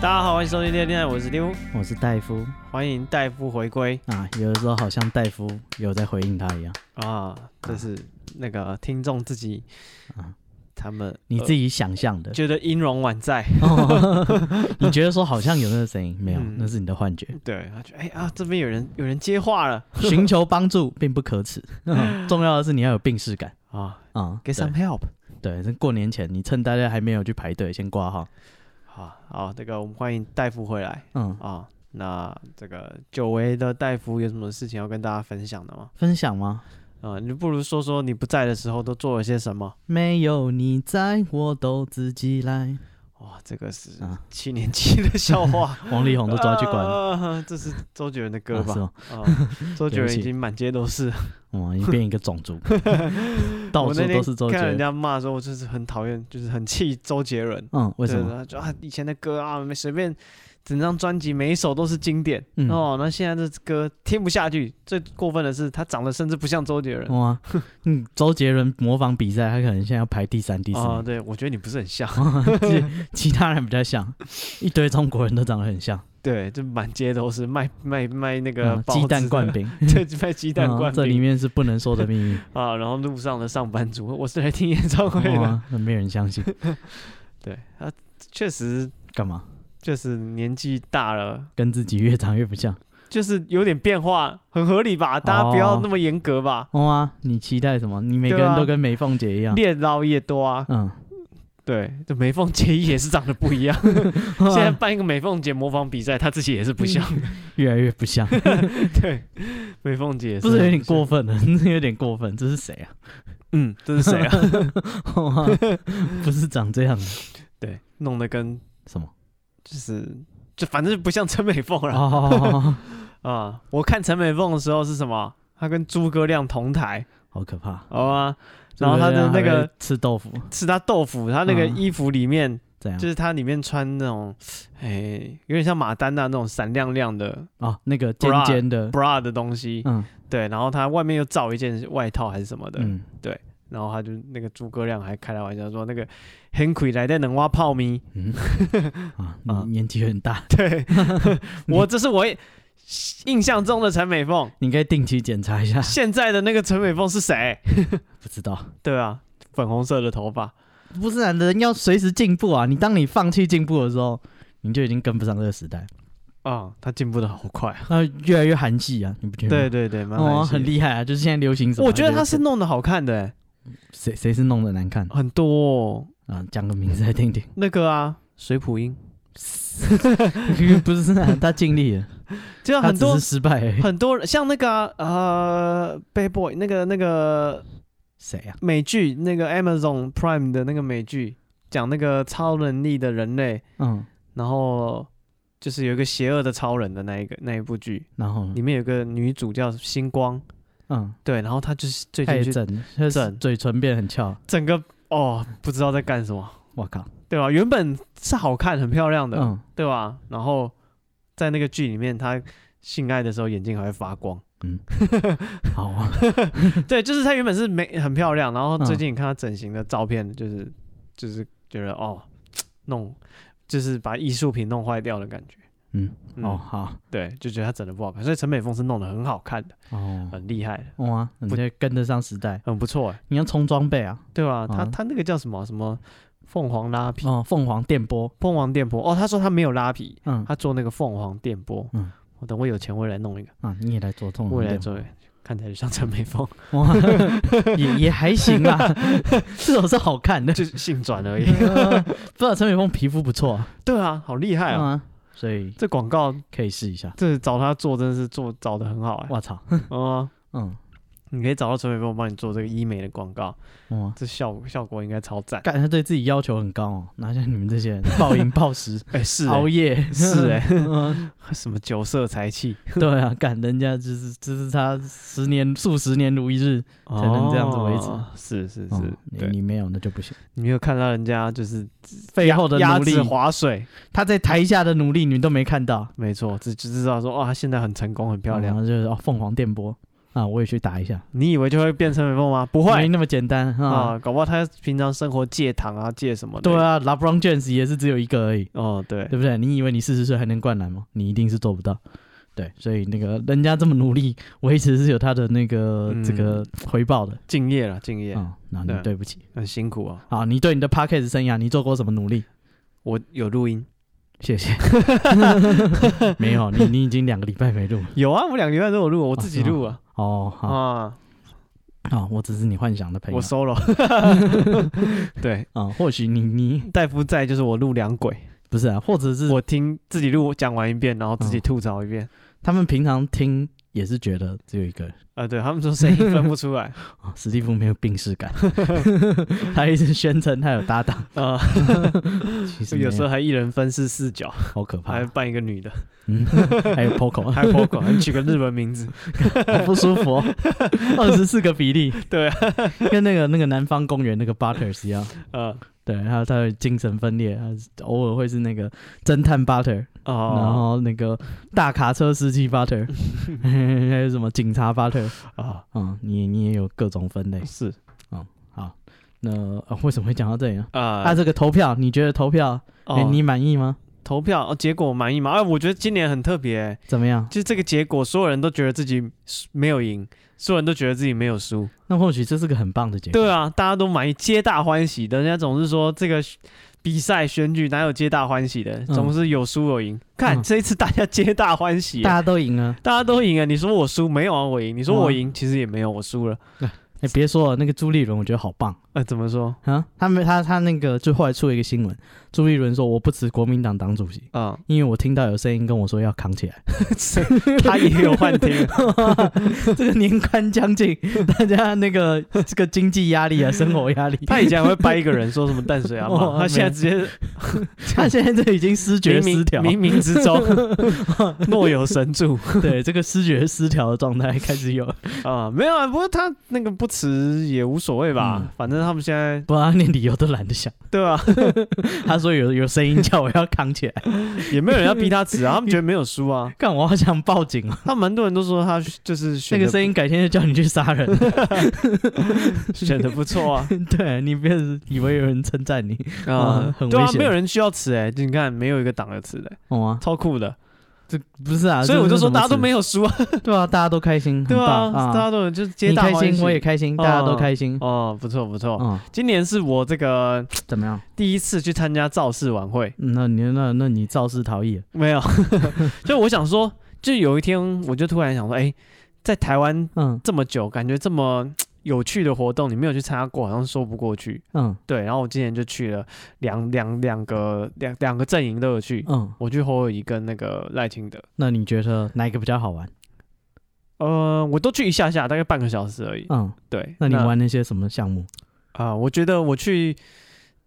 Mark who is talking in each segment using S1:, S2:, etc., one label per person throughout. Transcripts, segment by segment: S1: 欢迎收听《恋恋爱》，我是丁夫，
S2: 我是戴夫
S1: 欢迎戴夫回归
S2: 啊，有的时候好像戴夫有在回应他一样。
S1: 啊！这是那个听众自己，
S2: 啊
S1: 他们
S2: 你自己想象的
S1: 呃、觉得音容宛在，
S2: 哦 你觉得说好像有那个声音，没有，
S1: 嗯
S2: 那是你的幻觉。
S1: 对，他觉得哎啊，这边有人有人接话了
S2: 寻求帮助并不可耻，重要的是你要有病视感
S1: 啊
S2: 啊。
S1: ，get some help
S2: 对，对，这过年前你趁大家还没有去排队，先挂号。
S1: 好好，这个我们欢迎戴夫回来
S2: 嗯，
S1: 啊。那这个久违的戴夫有什么事情要跟大家分享的吗？
S2: 分享吗？
S1: 啊，你不如说说你不在的时候都做了些什么。
S2: 没有你在，我都自 己来。
S1: 哇，这个是
S2: 啊
S1: 七年级的笑 话，
S2: 王力宏都抓去关了，
S1: 啊这是周杰伦的歌
S2: 啊
S1: 吧
S2: 是？吗？
S1: 哦，周杰伦已经满街都是，
S2: 哇，你变一个种 族，到
S1: 我
S2: 处
S1: 那
S2: 都是周
S1: 天看
S2: 杰
S1: 人
S2: 伦。
S1: 家骂说，我就是很讨厌，就是很气周杰伦。
S2: 嗯，为什
S1: 对
S2: 么？
S1: 他就啊，以前的歌啊，没随便整张专辑每一首都是经典、
S2: 嗯
S1: 哦。那现在这歌听不下去，最过分的是他长得甚至不像周杰伦。
S2: 哇， 嗯，周杰伦模仿比赛，他可能现在要排第三、第四名，
S1: 哦，对，我觉得你不是很像，
S2: 其其他人比较像，一堆中国人都长得很像，
S1: 对，就满街都是卖卖卖那 个
S2: 嗯
S1: 包
S2: 鸡
S1: 子
S2: 蛋
S1: 的
S2: 灌，饼，
S1: 对，卖鸡蛋
S2: 嗯
S1: 灌
S2: 这里
S1: 饼
S2: 面是不能说的秘密，
S1: 啊，然后路上的上班族，我是来听演唱 会的，
S2: 哇，那没有人相信，
S1: 对，他确实
S2: 干嘛？
S1: 就是年纪大了，
S2: 跟自己越长越不像，
S1: 就是有点变化，很合理
S2: 哦
S1: 吧？大家不要那么严格吧，
S2: 哇，你期待什么？你每个
S1: 对啊
S2: 人都跟美凤姐一样，
S1: 越老越多啊。
S2: 嗯，
S1: 对，这美凤姐也是长得不 一样。现在办一个美凤姐模仿比赛，她自己也是不像。
S2: 越来越不像，
S1: 对，美凤姐也
S2: 不是有点
S1: 像
S2: 过？分了？ 有点过分，这是谁啊？
S1: 嗯，这是谁啊？
S2: 哇不是长这样的
S1: 对，弄得跟
S2: 什 么？
S1: 就是就反正不像陈美凤了
S2: 哦，
S1: 啊。我看陈美凤的时候是什么？她跟诸葛亮同台，
S2: 好可怕！
S1: 好吗？然后他的那个
S2: 吃豆腐
S1: 吃她豆腐，她那个
S2: 嗯
S1: 衣服里面
S2: 这样
S1: 就是它里面穿那种，哎、有点像马丹娜那种闪亮亮的
S2: 哦，那个尖
S1: bra
S2: 尖的，
S1: bra 的东西，
S2: 嗯
S1: 对，然后它外面又罩一件外套还是什么的，
S2: 嗯
S1: 然后他就那个诸葛亮还开了玩笑说那个很亏来的能挖泡咪，
S2: 嗯啊，
S1: 啊
S2: 你年纪很大，
S1: 对我这是我印象中的陈美凤，
S2: 你应该定期检查一下。
S1: 现在的那个陈美凤是谁？
S2: 不知道，
S1: 对啊，粉红色的头发，
S2: 不是啊，人要随时进步啊！你当你放弃进步的时候，你就已经跟不上这个时 代，
S1: 啊、她进步的好快啊，
S2: 那呃越来越韩系啊，你不觉得
S1: 对
S2: 吗？
S1: 对对，蛮
S2: 哦，
S1: 好、
S2: 很厉害啊！就是现在流行什么？
S1: 我觉得她是
S2: 就是
S1: 弄得好看的、欸
S2: 谁谁是弄得难看
S1: 很多、哦、
S2: 啊？讲个名字来 听听，
S1: 那个啊，水普音。
S2: 不是啊，他尽力 了，
S1: 就
S2: 他
S1: 很
S2: 只
S1: 多
S2: 是失败而 已。
S1: 很多人像那个啊呃，Bad Boy 那个那个
S2: 谁啊？
S1: 美剧，那个 Amazon Prime 的那个美剧，讲那个超能力的人类，
S2: 嗯，
S1: 然后就是有一个邪恶的超人的那一个那一部剧，
S2: 然后呢
S1: 里面有个女主叫星光，
S2: 嗯，
S1: 对，然后她就是最
S2: 太
S1: 近就
S2: 正，他
S1: 正
S2: 嘴唇变很翘，
S1: 整个哦不知道在干什么，
S2: 我靠，
S1: 对吧？原本是好看很漂亮的，
S2: 嗯，
S1: 对吧？然后在那个剧里面，她性爱的时候眼睛还会发光。
S2: 好啊，
S1: 对，就是她原本是美很漂亮，然后最
S2: 嗯
S1: 近你看她整形的照片，就是、就是觉得哦，弄就是把艺术品弄坏掉的感觉。
S2: 嗯，
S1: 嗯
S2: 哦，好，
S1: 对，就觉得她整的不好看，所以陈美凤是弄得很好看的，
S2: 哦，
S1: 很厉害的，
S2: 哇，你
S1: 呃不
S2: 这跟得上时代，
S1: 很不错哎，
S2: 你要充装备啊，
S1: 对吧？她
S2: 嗯
S1: 她那个叫什么什么凤凰拉皮，
S2: 哦，凤凰电波，
S1: 凤凰电波哦，她说她没有拉皮，
S2: 嗯，
S1: 她做那个凤凰电波。
S2: 嗯
S1: 我等我有钱我也来弄一个，
S2: 啊，你也来做凤
S1: 我
S2: 凰
S1: 也来
S2: 电波，
S1: 做一个，看起来就像陈美凤，
S2: 哇， 也也还行啊， 这种是好 看的，
S1: 就是性转而已。
S2: 呃不知道陈美凤皮肤不错啊，
S1: 对啊，好厉害
S2: 嗯
S1: 啊！
S2: 啊，所以
S1: 这广告
S2: 可以试一下。
S1: 这找她做真的是做找的很好 哎。
S2: 我操，
S1: 嗯啊，
S2: 嗯，
S1: 你可以找到陈美凤帮你做这个医美的广告，
S2: 哇，
S1: 这效效果应该超赞。
S2: 干他对自己要求很高哦，哪像你们这些人暴饮暴食、
S1: 哎、 是
S2: 熬夜，
S1: 是 哎
S2: 嗯
S1: 什么酒色财气
S2: 对啊，干人家就是就是他十年数十年如一日，
S1: 才
S2: 能这样子维持
S1: 是是是，
S2: 哦你
S1: 对，
S2: 你没有那就不行。
S1: 你没有看到人家就是
S2: 背后的
S1: 鸭
S2: 努力
S1: 子，划水，
S2: 他在台下的努力你们都没看到，哦
S1: 没错，只只知道说哇，她现在很成功，很漂亮。
S2: 然后就是哦，凤凰电波，啊，我也去打一下，
S1: 你以为就会变成美梦吗？不
S2: 没
S1: 会
S2: 那么简单啊。
S1: 啊，搞不好他平常生活戒糖啊，戒什么的。
S2: 对，啊，LeBron James 也是只有一个而已，
S1: 哦对
S2: 对不对？你以为你四十岁还能灌篮吗？你一定是做不到。对，所以那个人家这么努力，维持是有他的那个、
S1: 嗯
S2: 这个回报的
S1: 敬业了，敬业，
S2: 啊。那你
S1: 对
S2: 对不起
S1: 很辛苦啊。
S2: 啊，你对你的 podcast 生涯你做过什么努力？
S1: 我有录音，
S2: 谢 谢。没有，你你已经两个礼拜没录了
S1: 有啊，我两个礼拜都有录，我自己
S2: 是吗
S1: 录啊。
S2: 哦。好啊
S1: 啊，
S2: 我只是你幻想的朋友
S1: 我 solo。对，
S2: 啊。或许你你
S1: 戴夫在就是我录两轨，
S2: 不是啊，或者是
S1: 我听自己录讲完一遍，然后自己
S2: 嗯
S1: 吐槽一遍。
S2: 他们平常听也是觉得只有一个人
S1: 啊，对他们说声音分不出来
S2: 啊，史蒂夫没有病逝感， 他一直宣称他有搭档，
S1: 啊，
S2: 其实
S1: 有时
S2: 没
S1: 候还一人分饰四角，
S2: 好可怕
S1: 还，扮一个女的，
S2: 嗯， 还有 Poco，
S1: 还 Poco，还取个日文名字。
S2: 好不舒 服、哦，二十四个比例，
S1: 对
S2: 啊，跟那个那个南方公园那个 Butters 一样，
S1: 呃，
S2: 对，还有他的精神分裂，他偶尔会是那个侦探 Butter，、然
S1: 哦，
S2: 后那个大卡车司机 Butter，还有什么警察 Butter，
S1: 啊，
S2: 嗯，你你也有各种分类，
S1: 是
S2: 好，那、呃为什么会讲到这里呢？啊，
S1: 啊，
S2: 这个投票，你觉得投票、
S1: 哦
S2: 你你满意吗？
S1: 投票哦，结果满意吗？啊，我觉得今年很特别欸，
S2: 怎么样？
S1: 就这个结果，所有人都觉得自己没有赢，所有人都觉得自己没有输。
S2: 那或许这是个很棒的结果。
S1: 对啊，大家都满意，皆大欢喜的。人家总是说这个比赛选举哪有皆大欢喜的，
S2: 嗯
S1: 总是有输有赢。看
S2: 嗯
S1: 这一次大家皆大欢喜欸，
S2: 大家都赢了。
S1: 大家都赢啊！你说我输没有啊？我赢。你说我
S2: 嗯
S1: 赢，其实也没有，我输了。
S2: 哎、别说了，那个朱立伦我觉得好棒
S1: 呃，怎么说？
S2: 啊！他们他他那个就后来出了一个新闻，朱立伦说我不辞国民党党主席，
S1: 啊、
S2: 因为我听到有声音跟我说要扛起 来。
S1: 他也有幻 听
S2: 这个年关将近， 大家那个这个经济压力啊，生活压力，
S1: 他以前还会掰一个人说什么淡水阿妈，
S2: 哦
S1: 他现在
S2: 没
S1: 直接
S2: 他现在这已经失觉
S1: 冥
S2: 失调
S1: 冥，冥冥之中 若有神 助
S2: 对这个失觉失调的状态开始有。
S1: 啊、没有啊，不过他那个不辞也无所谓吧，
S2: 嗯
S1: 反正他们现在
S2: 不然他连理由都懒得想，
S1: 对啊，
S2: 他说有有声音叫我要扛起来，
S1: 也没有人要逼他辞啊，他们觉得没有输啊，
S2: 干我好想报警啊！
S1: 他蛮多人都说他就是
S2: 那
S1: 选
S2: 个
S1: 的
S2: 声音改天就叫你去杀人，
S1: 选的不错啊，
S2: 对你别以为有人称赞你，
S1: 啊、
S2: 嗯很
S1: 对啊
S2: 危，险
S1: 没有人需要辞哎、你看没有一个党要辞的、欸
S2: 懂吗？
S1: 超酷的，
S2: 这不是啊，
S1: 所以我就说
S2: 这是什么
S1: 大家都
S2: 词
S1: 没有输啊，
S2: 对啊，大家都开心，
S1: 对
S2: 很
S1: 啊，
S2: 棒
S1: 大家都有就是皆
S2: 你
S1: 大
S2: 开
S1: 欢喜，
S2: 心，我也开心，
S1: 哦
S2: 大家都开心，
S1: 哦，不错不错，
S2: 嗯，
S1: 今年是我这个
S2: 怎么样？
S1: 第一次去参加造势晚会，
S2: 嗯那你那那你肇事逃逸了，
S1: 没有， 就我想说，就有一天我就突然想说，哎、在台湾
S2: 嗯
S1: 这么久，感觉这么有趣的活动，你没有去参加过，好像说不过去。
S2: 嗯
S1: 对，然后我今年就去了两两两个两两个阵营都有去，
S2: 嗯，
S1: 我去侯友谊跟那个赖清德，
S2: 那你觉得哪一个比较好玩？
S1: 呃，我都去一下下，大概半个小时而已。
S2: 嗯，
S1: 对，
S2: 那你玩那些什么项目？
S1: 啊、我觉得我去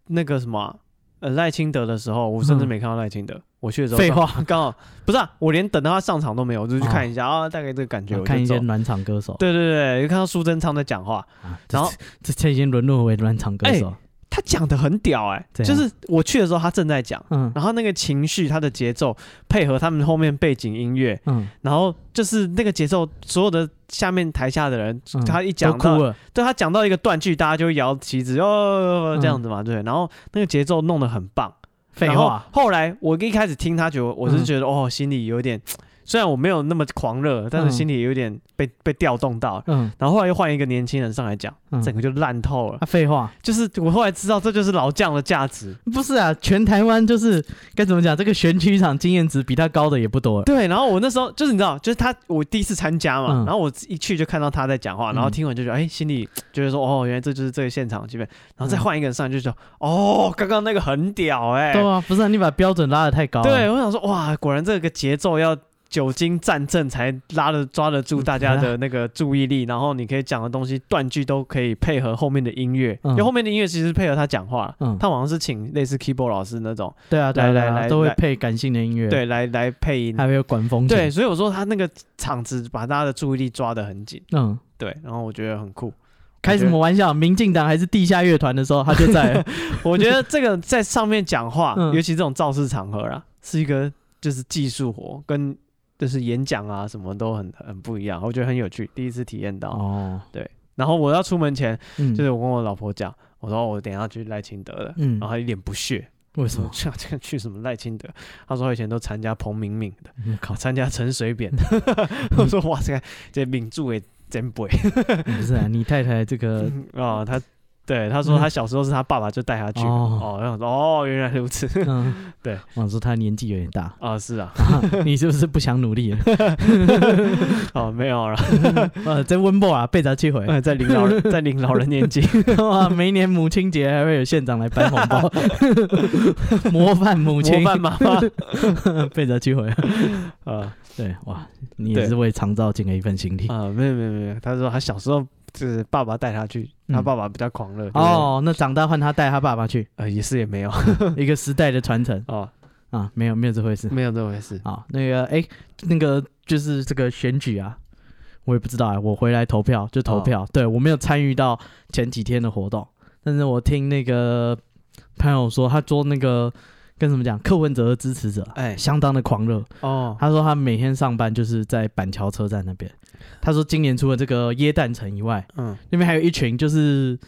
S1: 那个什么啊呃赖清德的时候，我甚至
S2: 嗯
S1: 没看到赖清德。我去的时候，
S2: 废，话，
S1: 刚好不是啊，我连等到他上场都没有，我就去
S2: 哦
S1: 看一下啊，大概这个感觉，我就
S2: 看一些
S1: 走
S2: 暖场歌手，
S1: 对对对，就看到苏贞昌在讲话，
S2: 啊这
S1: 然后
S2: 这这已经沦落为暖场歌手，
S1: 他讲的很屌哎、
S2: 怎
S1: 就
S2: 样
S1: 是我去的时候他正在讲，
S2: 嗯
S1: 然后那个情绪、他的节奏配合他们后面背景音乐，
S2: 嗯，
S1: 然后就是那个节奏，所有的下面台下的人，
S2: 嗯
S1: 他一
S2: 都
S1: 讲
S2: 哭
S1: 到，
S2: 了，
S1: 对他讲到一个断句，大家就会摇旗子哦
S2: 嗯
S1: 这样子嘛，对，然后那个节奏弄得很棒。
S2: 废
S1: 然后
S2: 话，嗯
S1: 后来我一开始听他觉得，我是觉得、哦，心里有点，虽然我没有那么狂热，但是
S2: 嗯
S1: 心里有点被被调动到了。
S2: 嗯
S1: 然后后来又换一个年轻人上来讲，
S2: 嗯，
S1: 整个就烂透了。
S2: 啊，废话，
S1: 就是我后来知道，这就是老将的价值。
S2: 不是啊，全台湾就是该怎么讲，这个选区场经验值比他高的也不多了。啊
S1: 对，然后我那时候就是你知道，就是他我第一次参加嘛，
S2: 嗯
S1: 然后我一去就看到他在讲话，然后
S2: 嗯
S1: 听完就觉得哎、心里觉得说哦，原来这就是这个现场气氛。然后再
S2: 嗯
S1: 换一个人上来就说哦，刚刚那个很屌哎、
S2: 对啊，不是、啊、你把标准拉得太高了。
S1: 对，我想说哇，果然这个节奏要久经战阵才拉得抓得住大家 的那个注意力，然后你可以讲的东西断句都可以配合后面的音乐，
S2: 嗯
S1: 因为后面的音乐其实是配合他讲话。
S2: 嗯，
S1: 他好像是请类似 keyboard 老师那种，
S2: 对啊，对啊，对
S1: 来来
S2: 啊，
S1: 来
S2: 都会
S1: 来
S2: 配感性的音乐，，
S1: 对，来来配音。
S2: 还会有管风琴，
S1: 对，，所以我说他那个场子把大家的注意力抓得很紧，
S2: 嗯，
S1: 对，然后我觉得很 酷。
S2: 开什么玩笑？民进党还是地下乐团的时候，他就在了
S1: 我觉得这个在上面讲话，
S2: 嗯
S1: 尤其这种造势场合啊，是一个就是技术活跟就是演讲啊什么都很很不一样，我觉得很有趣，第一次体验到。
S2: 哦，
S1: 然后我要出门前，
S2: 嗯，
S1: 就是我跟我老婆讲，我说哦我等一下去赖清德了，
S2: 嗯
S1: 然后她一脸不屑，
S2: 为什
S1: 说
S2: 么？
S1: 这样这样去什么赖清德？她说她以前都参加彭明敏的，
S2: 我嗯靠，
S1: 参加陈水扁的， 我说哇塞，这民主的真不
S2: 不是 啊，你太太这个
S1: 啊，他对他说他小时候是他爸爸就带他去，
S2: 嗯哦
S1: 哦，然后我说哦原来如此
S2: 嗯，
S1: 对，
S2: 我说他年纪有点大，
S1: 啊，是啊，
S2: 你是不是不想努力了？
S1: 哦没有了，
S2: 呃，在温布啊，被砸七回，
S1: 呃 在领老人在领老人年纪，
S2: 哇，每年母亲节还会有县长来颁红 包，模范 母亲，
S1: 模范妈妈
S2: 被砸七回。
S1: 啊
S2: 对，哇，你也
S1: 对
S2: 是为长照尽了一份心力。
S1: 啊没有没有没有，他说他小时候就是爸爸带他去，
S2: 嗯
S1: 他爸爸比较狂热，就是，
S2: 哦，那长大换他带他爸 爸去，
S1: 呃也是也没有
S2: 一个时代的传承
S1: 哦
S2: 啊，没有没有这回事。
S1: 没有这回事，
S2: 好，那个哎、那个就是这个选举啊，我也不知道啊、我回来投票就投
S1: 哦
S2: 票，对我没有参与到前几天的活动，但是我听那个朋友说，他做那个跟什么讲，柯文哲的支持者，
S1: 哎
S2: 相当的狂热。
S1: 哦
S2: 他说他每天上班就是在板桥车站那边，他说今年除了这个耶诞城以外，
S1: 嗯
S2: 那边还有一群就是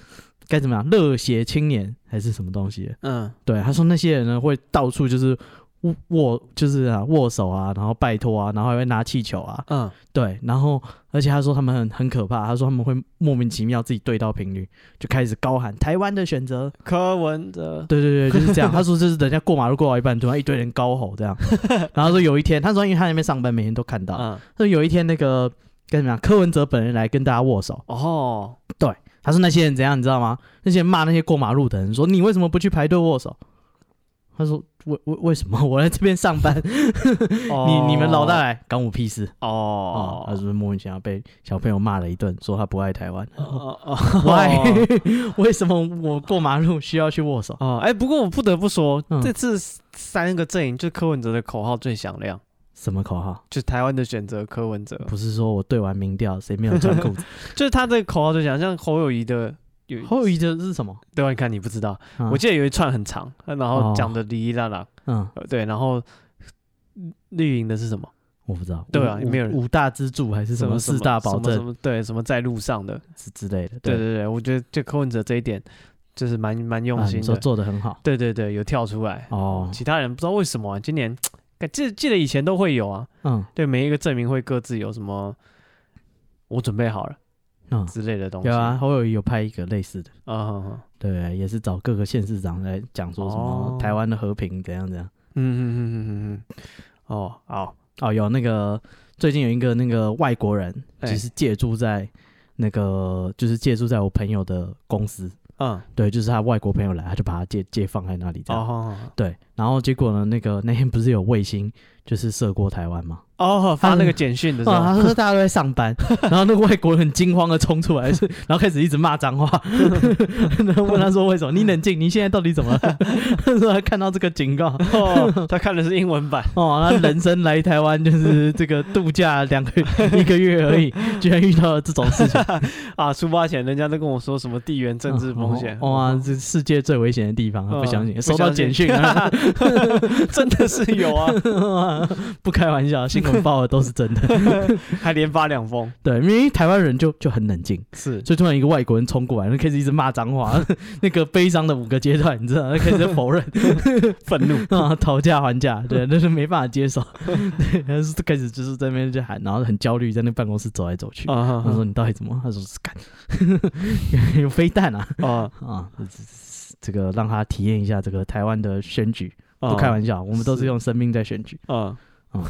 S2: 该怎么样热血青年还是什么东西，
S1: 嗯
S2: 对，他说那些人呢会到处就是握握就是啊握手啊，然后拜托啊，然后还会拿气球啊，
S1: 嗯
S2: 对，然后而且他说他们很很可怕，他说他们会莫名其妙自己对到频率，就开始高喊台湾的选择，
S1: 柯文哲
S2: 对对对，就是这样。他说就是人家过马路过到一半，突然一堆人高吼这样，然后他说有一天，他说因为他在那边上班，每天都看到，
S1: 嗯
S2: 他说有一天那个跟什么样柯文哲本人来跟大家握手，
S1: 哦
S2: 他说那些人怎样，你知道吗？那些人骂那些过马路的人说：“你为什么不去排队握手？”他说：“为为为什么我在这边上 班？你你们老大来干我屁事啊、
S1: 哦
S2: 他是不是莫名其妙被小朋友骂了一顿，说他不爱台 湾？
S1: 哦哦
S2: Why？为 什么我过马路需要去握手？
S1: 哦，哎、不过我不得不说，
S2: 嗯
S1: 这次三个阵营，就柯文哲的口号最响亮，
S2: 什么口号？
S1: 就台湾的选择柯文哲，
S2: 不是说我对完民调谁没有穿裤 子？
S1: 就是他这个口号最响，像侯友谊的有，
S2: 后一个是什么？
S1: 对吧？你看你不知道，
S2: 啊
S1: 我记得有一串很长，然后
S2: 哦
S1: 讲的哩哩啦啦，
S2: 嗯，
S1: 呃对，然后嗯绿营的是什么？
S2: 我不知道。
S1: 对啊
S2: 五
S1: 没有人
S2: 五五大支柱还是什么四大保
S1: 什么什
S2: 证
S1: 么对什么在路上的，
S2: 之之类的？
S1: 对对对，我觉得就柯文哲这一点就是蛮蛮用
S2: 啊
S1: 心
S2: 你
S1: 的，
S2: 说做的很好
S1: 对对哎对，有跳出来，
S2: 哦。
S1: 其他人不知道为什么、啊、今年。记记得以前都会有啊，
S2: 嗯
S1: 对每一个证明会各自有什么，我准备好了
S2: 嗯，
S1: 之类的东西。
S2: 有啊，侯友宜有拍一个类似的，
S1: 啊，哼哼
S2: 对，也是找各个县市长来讲说什么
S1: 哦
S2: 台湾的和平怎样怎样。
S1: 嗯嗯嗯嗯嗯嗯，哦，好，
S2: 哦，有那个最近有一个那个外国人，
S1: 哎
S2: 就是借住在那个就是借住在我朋友的公司，
S1: 嗯，
S2: 对，就是他外国朋友来，他就把他借借放在那里这样。
S1: 哦
S2: 对，然后结果呢？那个那天不是有卫星就是射过台湾吗？
S1: 哦，发那个简讯的时
S2: 啊，他
S1: 候，
S2: 说大家都在 上班，然后那个外国人很惊慌的冲出来，是然后开始一直骂脏话， 然后问他说为什么？你冷静，你现在到底怎么了？ 他说他看到这个警告，
S1: 哦，他看的是英文版，
S2: 哦，他人生来台湾就是这个度假两 个一个月而已，居然遇到了这种事情，
S1: 啊，出发前人家都跟我说什么地缘 政治风险，哦
S2: 哇，哇，这世界最危险的地方，哦他不相信，
S1: 嗯
S2: 收到简讯， 啊，
S1: 真的是有啊，
S2: 不开玩笑，新闻报的都是真的，
S1: 还连发两封，
S2: 对，因为台湾人就就很冷静。
S1: 是
S2: 所以突然一个外国人冲过来，然后开始一直骂脏话， 那个悲伤的五个阶段，你知道， 他开始在否认
S1: 愤 怒，
S2: 啊，讨价还 价，对，那是没办法接受， 对，他是开始就是在那边就喊，然后很焦虑，在那办公室走来走去。
S1: 啊
S2: 他说：“你到底怎么？”他说：“是干， 有飞弹啊
S1: 啊，
S2: 啊！这这个让他体验一下这个台湾的选举，不
S1: 不
S2: 开玩笑，我们都是
S1: 哦是
S2: 用生命在选举。
S1: 嗯
S2: 嗯，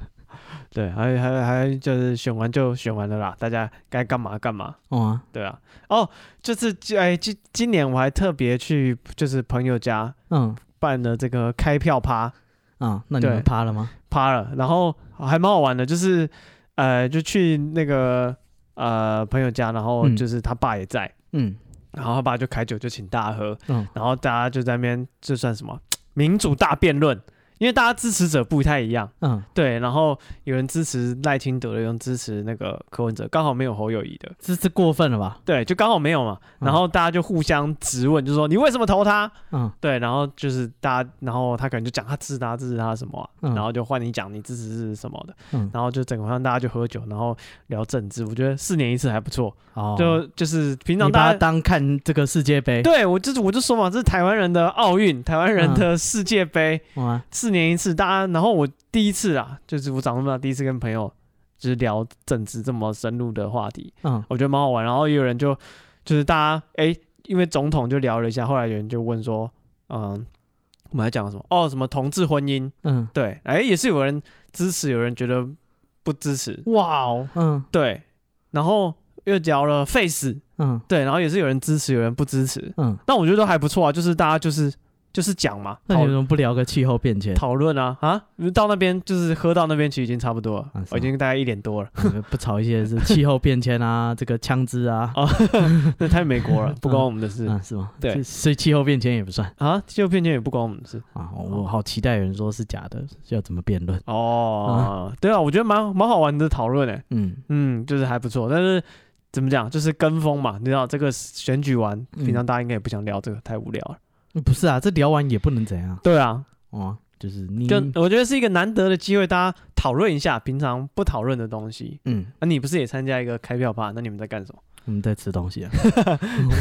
S1: 对，还还还就是选完就选完了啦，大家该干嘛干嘛。
S2: 哦啊，
S1: 对啊，哦，就是哎，今今年我还特别去就是朋友家
S2: 嗯
S1: 办的这个开票趴
S2: 啊，那你们
S1: 对
S2: 趴了吗？
S1: 趴了，然后还蛮好玩的，就是呃，就去那个呃朋友家，然后
S2: 嗯
S1: 就是他爸也在，
S2: 嗯
S1: 然后他爸就开酒就请大家喝，
S2: 嗯，
S1: 然后大家就在那边这算什么民主大辩论，因为大家支持者不太一样，
S2: 嗯，
S1: 对，然后有人支持赖清德的，有人支持那个柯文哲，刚好没有侯友谊的，
S2: 这是过分了吧？
S1: 对，就刚好没有嘛，然后大家就互相质问，就说你为什么投他？
S2: 嗯，
S1: 对，然后就是大家，然后他可能就讲他支持他支持他什么啊、
S2: 嗯
S1: 然后就换你讲你支持支持什么的，
S2: 嗯
S1: 然后就整个晚上大家就喝酒，然后聊政治，我觉得四年一次还不错，
S2: 哦，
S1: 就就是平常
S2: 你把
S1: 大
S2: 它
S1: 家。
S2: 当看这个世界杯，
S1: 对我就是我就说嘛，这是台湾人的奥运，台湾
S2: 嗯
S1: 人的世界杯，
S2: 懂吗？
S1: 四年一次，大家然后我第一次啊，就是我长这么大第一次跟朋友就是聊政治这么深入的话题，
S2: 嗯
S1: 我觉得蛮好玩。然后也有人就就是大家哎、因为总统就聊了一下，后来有人就问说，嗯，我们还讲什么？哦，什么同志婚姻？
S2: 嗯，
S1: 对，哎、也是有人支持，有人觉得不支持，
S2: 哇哦，嗯
S1: 对。然后又聊了 face，
S2: 嗯
S1: 对，然后也是有人支持，有人不支持。
S2: 嗯，
S1: 但我觉得都还不错啊，就是大家就是就是讲嘛，
S2: 那你
S1: 讨
S2: 为什么不聊个气候变迁？
S1: 讨论啊啊！到那边就是喝到那边，其实已经差不多了，
S2: 啊是吗
S1: 我已经大概一点多了。
S2: 呃不吵一些是气候变迁啊，这个枪支啊，
S1: 哦，那太美 国了，不关我们的事
S2: 啊是吗？
S1: 对
S2: 所以，所以气候变迁也不算
S1: 啊。气候变迁也不关我们的事
S2: 啊。我我好期待有人说是假的，要怎么辩论？
S1: 哦。对啊，我觉得蛮蛮好玩的讨论诶，
S2: 嗯，
S1: 嗯，就是还不错。但是怎么讲，就是跟风嘛，你知道这个选举完，
S2: 嗯
S1: 平常大家应该也不想聊这个，太无聊了。
S2: 不是啊，这聊完也不能怎样
S1: 对啊，
S2: 哦，就是你
S1: 就我觉得是一个难得的机会，大家讨论一下平常不讨论的东西。
S2: 嗯，
S1: 啊，你不是也参加一个开票趴？那你们在干什么？
S2: 我们在吃东西啊，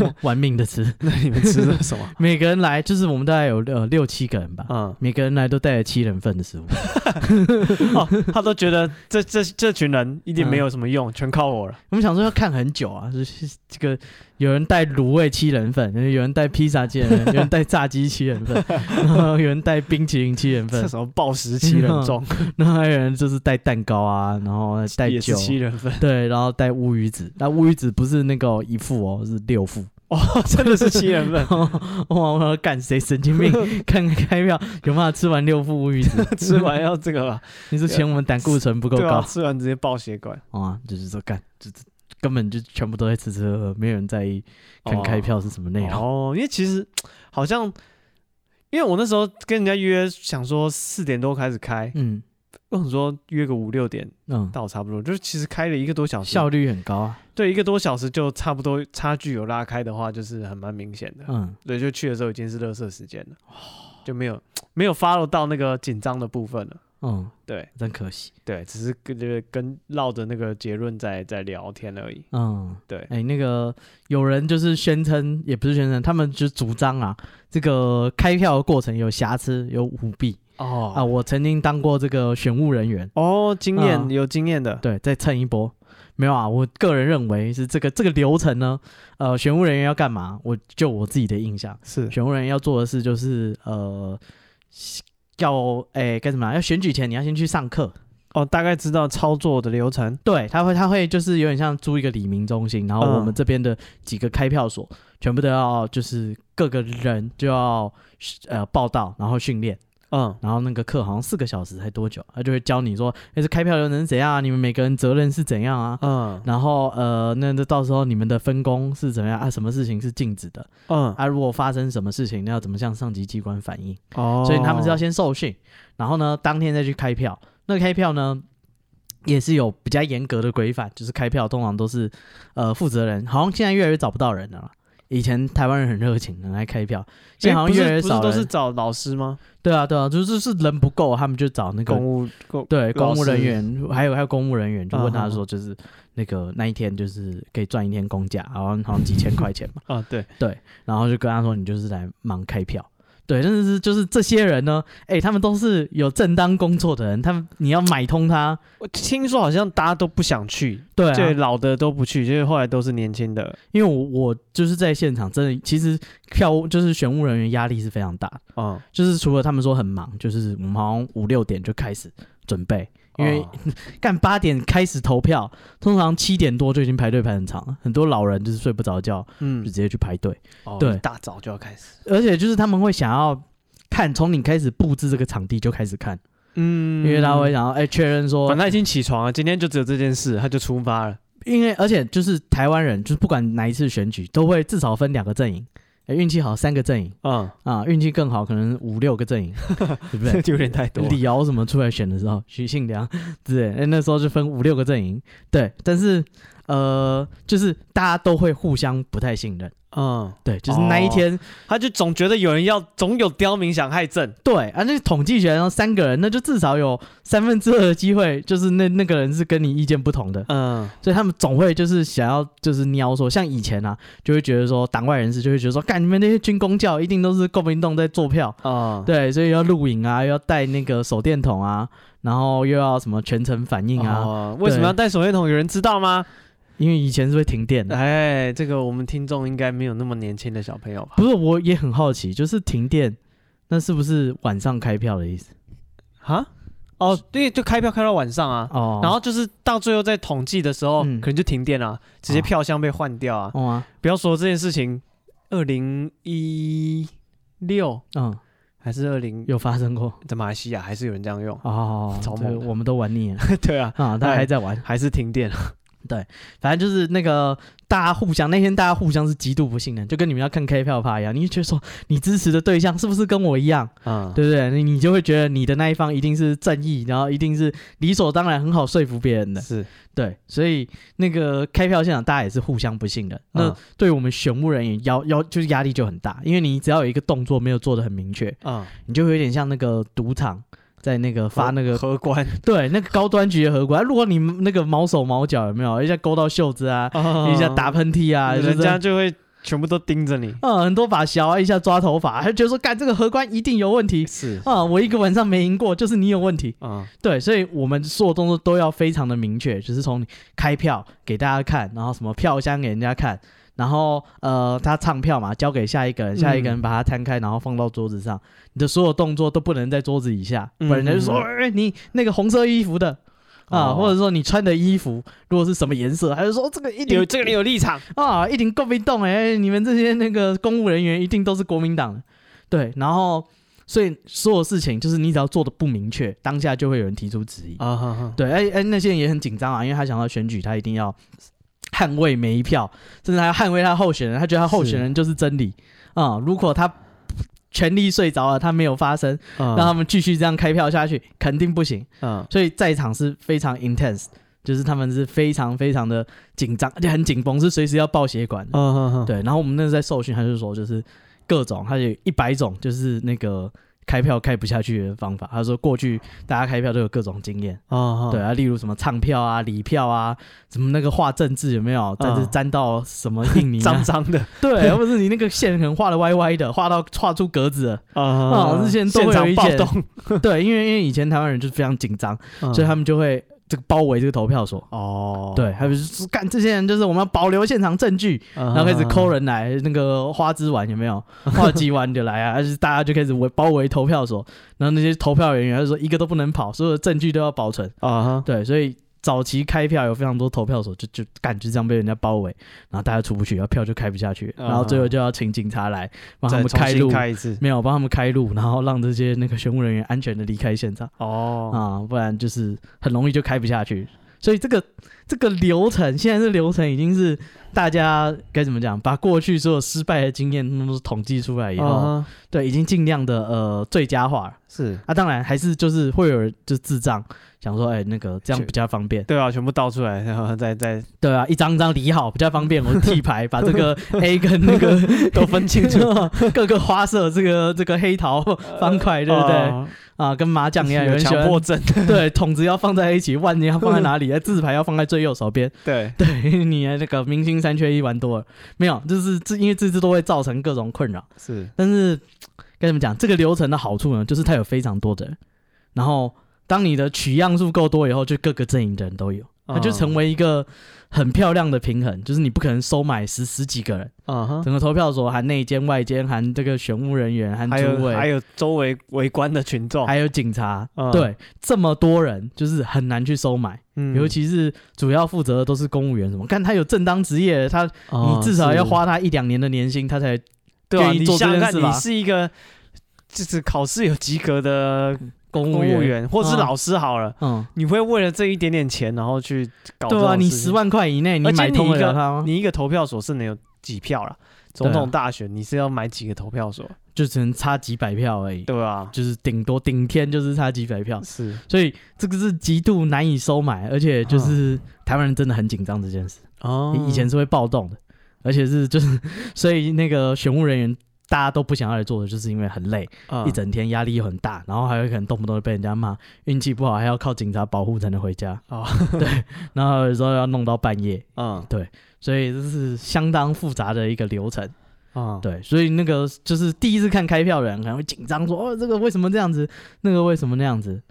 S2: 嗯 玩命的吃，
S1: 那 你们吃了什么？
S2: 每个人来就是我们大概有呃六七个人吧，
S1: 嗯，
S2: 每个人来都带了七人份的食物。
S1: 哦， 他都觉得这这这群人一定没
S2: 嗯
S1: 有什么用，全靠 我了。
S2: 我们想说要看很久啊，就是这个有人带卤味七人份，有人带披萨七人 份，有人带炸鸡七人份，然后有人带冰淇淋七人份
S1: 这，什么暴食七人众，
S2: 然后还有人就是带蛋糕啊，然后嗯带
S1: 也是
S2: 酒，
S1: 七人份
S2: 对，然后带乌鱼子。那乌鱼子不是那个一副哦，是六副。
S1: 哦，真的是七人份，
S2: 哇！我说干谁神 经病？看看开票有办法吃完六副乌鱼子？
S1: 吃完要这个吧？
S2: 你是嫌我们胆固醇 不够
S1: 对
S2: 高
S1: 啊，吃完直接爆血管。
S2: 好啊？就是说干，就是根本就全部都在吃吃喝喝，没有人在意看
S1: 哦
S2: 开票是什么内容。
S1: 哦，因为其实好像，因为我那时候跟人家约，想说四点多开始开，
S2: 嗯
S1: 我想说约个五六点
S2: 嗯，
S1: 到差不多，就是其实开了一个多小时
S2: 效，率很高啊。
S1: 对，一个多小时就差不多差距有拉开的话，就是很蛮明显的。
S2: 嗯，
S1: 对，啊就去的时候已经是垃圾时间了，
S2: 哦
S1: 就没有没有 follow 到那个紧张的部分了。
S2: 嗯，
S1: 对
S2: 真可惜。
S1: 对，只是跟就是跟绕着那个结论在在聊天而已。
S2: 嗯，
S1: 对
S2: 哎、那个有人就是宣称，也不是宣称，他们就主张啊，这个开票的过程有瑕疵，有舞弊
S1: 哦
S2: 啊。我曾经当过这个选务人员，
S1: 哦，经验、
S2: 嗯
S1: 有经验的，
S2: 对，再蹭一波。没有啊，我个人认为是这个这个流程呢，呃，选务人员要干嘛？我就我自己的印象，
S1: 是
S2: 选务人员要做的事就是呃，要哎该怎么样？要选举前你要先去上课，
S1: 哦，大概知道操作的流程。
S2: 对，他会他会就是有点像租一个李明中心，然后
S1: 嗯
S2: 我们这边的几个开票所、全部都要就是各个人就要呃报道，然后训练，
S1: 嗯，
S2: 然后那个课好像四个小时还多久，他就会教你说，哎，这开票流程是怎样啊？你们每个人责任是怎样啊？
S1: 嗯
S2: 然后呃，那那到时候你们的分工是怎么样啊？什么事情是禁止的
S1: 嗯，
S2: 啊？如果发生什么事情，那要怎么向上级机关反映？
S1: 哦，
S2: 所以他们是要先受训，然后呢，当天再去开票。那开票呢，也是有比较严格的规范，就是开票通常都是呃负责人，好像现在越来越找不到人了啦。以前台湾人很热情，很爱开票，现在好
S1: 诶
S2: 像
S1: 不
S2: 越
S1: 是
S2: 来越
S1: 不
S2: 少
S1: 是
S2: 人。
S1: 都是找老师吗？
S2: 对啊，对啊，就是是人不够，他们就找那个
S1: 公务公
S2: 对
S1: 老
S2: 公务人
S1: 师
S2: 员，还有还有公务人员，就问
S1: 嗯
S2: 他
S1: 嗯嗯
S2: 说，就是那个那一天就是可以赚一天工价，好像好像几千块钱嘛。
S1: 啊，对，
S2: 然后就跟他说你就是来忙开票。对，但是就是这些人呢，哎、他们都是有正当工作的人，他们你要买通他，
S1: 我听说好像大家都不想去，
S2: 对、啊，
S1: 对，老的都不去，就是后来都是年轻的。
S2: 因为我我就是在现场，真的，其实票务就是选务人员压力是非常大的，
S1: 嗯，
S2: 就是除了他们说很忙，就是我们好像五六点就开始准备，因为
S1: 哦
S2: 干八点开始投票，通常七点多就已经排队排很长了，很多老人就是睡不着觉，就
S1: 嗯
S2: 直，接去排队，
S1: 哦
S2: 对
S1: 一大早就要开始。
S2: 而且就是他们会想要看从你开始布置这个场地就开始看。
S1: 嗯
S2: 因为他会想要哎确、认说
S1: 反正，他已经起床了，今天就只有这件事，他就出发了。
S2: 因为而且就是台湾人，就是不管哪一次选举，都会至少分两个阵营，哎，运气好三个阵营
S1: 嗯，
S2: 啊，运气更好可能五六个 阵营，对不
S1: 这
S2: 对？
S1: 就有点太多了。
S2: 李敖什么出来选的时候，徐信良之类，哎，那时候就分五六个阵营，对，但是呃，就是大家都会互相不太信任，
S1: 嗯，
S2: 对，就是那一
S1: 哦
S2: 天
S1: 他就总觉得有人要，总有刁民想害朕。
S2: 对啊，那统计学上三个人，那就至少有三分之二的机会，就是那那个人是跟你意见不同的，
S1: 嗯，
S2: 所以他们总会就是想要就是瞄说，像以前啊，就会觉得说党外人士就会觉得说，干你们那些军工教一定都是共民党在做票，
S1: 哦，
S2: 对，所以要录影啊，又要带那个手电筒啊，然后又要什么全程反应啊，
S1: 哦，为什么要带手电筒？有人知道吗？
S2: 因为以前是会停电的。
S1: 哎，这个我们听众应该没有那么年轻的小朋友吧？
S2: 不是，我也很好奇，就是停电，那是不是晚上开票的意思？
S1: 哈？哦，对，就开票开到晚上啊，
S2: 哦，
S1: 然后就是到最后在统计的时候，
S2: 嗯
S1: 可能就停电了、啊直接票箱被换掉啊。
S2: 哦啊，
S1: 不要说这件事情，二零一六
S2: 嗯，
S1: 还是二零
S2: 有发生过。，
S1: 在马来西亚还是有人这样用
S2: 哦，
S1: 超
S2: 这
S1: 猛的
S2: 我们都玩腻了
S1: 对啊，
S2: 啊，他
S1: 哎
S2: 还在玩，
S1: 还是停 电了。
S2: 反正就是那个大家互相那天大家互相是极度不信任，就跟你们要看 K 票趴一样，你就觉得说你支持的对象是不是跟我一样，
S1: 嗯，
S2: 对不对？你你就会觉得你的那一方一定是正义，然后一定是理所当然很好说服别人的，
S1: 是，
S2: 对，所以那个开票现场大家也是互相不信任，那
S1: 嗯
S2: 对我们选务人员要要就是压力就很大，因为你只要有一个动作没有做的很明确，
S1: 嗯，
S2: 你就会有点像那个赌场。在那个发那个
S1: 荷 官，
S2: 对，那个高端局的荷官，如果你那个毛手毛脚有没有，一下勾到袖子啊，一下打喷嚏啊，
S1: 嗯人家就
S2: 就是
S1: 会全部都盯着你。
S2: 嗯很多把小啊，一下抓头发，他就觉得说干这个荷官一定有问题
S1: 是，
S2: 啊、我一个晚上没赢过，就是你有问题。
S1: 嗯，
S2: 对，所以我们所有动作都要非常的明确，就是从你开票给大家看，然后什么票箱给人家看。然后，呃，他唱票嘛，交给下一
S1: 嗯
S2: 个人，下一个人把它摊开，然后放到桌子上。你的所有动作都不能在桌子以下，
S1: 嗯
S2: 不然人家就说：“哎、你那个红色衣服的啊，
S1: 哦
S2: 或者说你穿的衣服如果是什么颜色，他就说、哦这个一定
S1: 有这个人有立 场，
S2: 啊，一定够不动哎！你们这些那个公务人员一定都是国民党的，对。然后，所以所有事情就是你只要做的不明确，当下就会有人提出质疑。
S1: 啊哈哈，
S2: 对，哎哎，那些人也很紧张啊，因为他想要选举，他一定要捍卫每一票，甚至他要捍卫他的候选人，他觉得他候选人就是真理啊、如果他权力睡着了，他没有发声，
S1: 嗯
S2: 让他们继续这样开票下去，肯定不行。
S1: 嗯
S2: 所以在场是非常 intense，就是他们是非常非常的紧张，而且很紧绷，是随时要爆血管的。
S1: 嗯嗯嗯，
S2: 对，然后我们那时候在受训，他就说就是各种，他有一百种，就是那个开票开不下去的方法。他说过去大家开票都有各种经验，
S1: 啊
S2: 对，啊，例如什么唱票啊、礼票啊，什么那个画政治有没有，但是
S1: 嗯
S2: 沾到什么印 尼、啊，
S1: 脏脏 的
S2: 对，或者是你那个线可能画的歪歪的，画到画出格子 了。
S1: 啊
S2: 之前都
S1: 现
S2: 会有
S1: 场
S2: 一
S1: 暴
S2: 些
S1: 动，
S2: 对，因为因为以前台湾人就是非常紧张，所以他们就会这个包围这个投票所。
S1: 嗯哦，
S2: 对，还有就是干这些人，就是我们要保留现场证据，
S1: 然
S2: 然后开始抠人来，那个花枝丸有 没有？花枝丸就来啊，而且大家就开始围包围投票所，然后那些投票人员就说一个都不能跑，所有的证据都要保存。
S1: 啊哈，
S2: 对，所以早期开票有非常多投票所就就感觉这样被人家包围，然后大家出不去，然后票就开不下去，然后最后就要请警察来帮他
S1: 啊再
S2: 们
S1: 重
S2: 开
S1: 新
S2: 路，
S1: 开一次
S2: 没有帮他们开路，然后让这些那个选务人员安全的离开现场。
S1: 哦，
S2: 啊、不然就是很容易就开不下去。所以这个这个流程，现在这流程已经是大家该怎么讲，把过去所有失败的经验都统计出来以后
S1: 啊哈
S2: 对，已经尽量的呃最佳化了
S1: 是，
S2: 啊。当然还是就是会有人就智障想说，哎、那个这样
S1: 去
S2: 比较方便，
S1: 对啊，全部倒出来，然后再再
S2: 对啊，一张张理好比较方便，我剃牌把这个 A 跟那个
S1: 都分清楚，
S2: 各个花色，这个这个黑桃方块，对不对？
S1: 哦
S2: 啊，跟麻 将一样，有人喜
S1: 强
S2: 欢
S1: 迫症，
S2: 对，筒子要放在 一起，万年要放在哪里？哎，字牌要放在最右手边。
S1: 对，
S2: 对你的那个明星三缺一玩多了，没有，就是这因为这次都会造成各种困扰。
S1: 是，
S2: 但是该怎么讲，这个流程的好处呢，就是它有非常多的人，然后当你的取样数够多以后，就各个阵营的人都有，它就成为一个很漂亮的平衡，就是你不可能收买十十几个人，
S1: 啊哈。
S2: 整个投票所含内奸、外奸，含这个选务人员，含
S1: 还
S2: 主
S1: 有
S2: 委，
S1: 还有周围围观的群众，
S2: 还有警察，
S1: 嗯，
S2: 对，这么多人就是很难去收买。
S1: 嗯
S2: 尤其是主要负责的都是公务员什么，看他有正当职业，他
S1: 哦
S2: 你至少要
S1: 是
S2: 花他一两年的年薪，他才
S1: 对啊，
S2: 愿意
S1: 你
S2: 做这
S1: 想想
S2: 件
S1: 看，
S2: 事
S1: 你
S2: 吧
S1: 是一个就是考试有及格的
S2: 公
S1: 公务
S2: 务员。
S1: 员，或是
S2: 嗯
S1: 老师好了，
S2: 嗯，
S1: 你会为了这一点点钱，然后去搞这
S2: 对啊，
S1: 种
S2: 你
S1: 事
S2: 十
S1: 情，
S2: 万块以内，你
S1: 而且
S2: 买
S1: 你
S2: 通
S1: 一
S2: 得了
S1: 个
S2: 他吗？
S1: 你一个投票所是能有几票啦？总
S2: 啊
S1: 统大选你是要买几个投票所，
S2: 就只能差几百票而已，
S1: 对吧？
S2: 就是顶多顶天就是差几百票，
S1: 是
S2: 所以这个是极度难以收买，而且
S1: 嗯
S2: 就是台湾人真的很紧张这件事，
S1: 哦
S2: 以前是会暴动的，而且是就是所以那个选务人员。大家都不想要来做的，就是因为很累，
S1: 嗯
S2: 一整天压力又很大，然后还有可能动不动就被人家骂，运气不好还要靠警察保护才能回家，
S1: 哦，
S2: 然后有时候要弄到半夜，
S1: 嗯
S2: 所以这是相当复杂的一个流程。
S1: 嗯，
S2: 对，所以那个就是第一次看开票的人可能会紧张，说哦，这个为什么这样子，那个为什么那样子？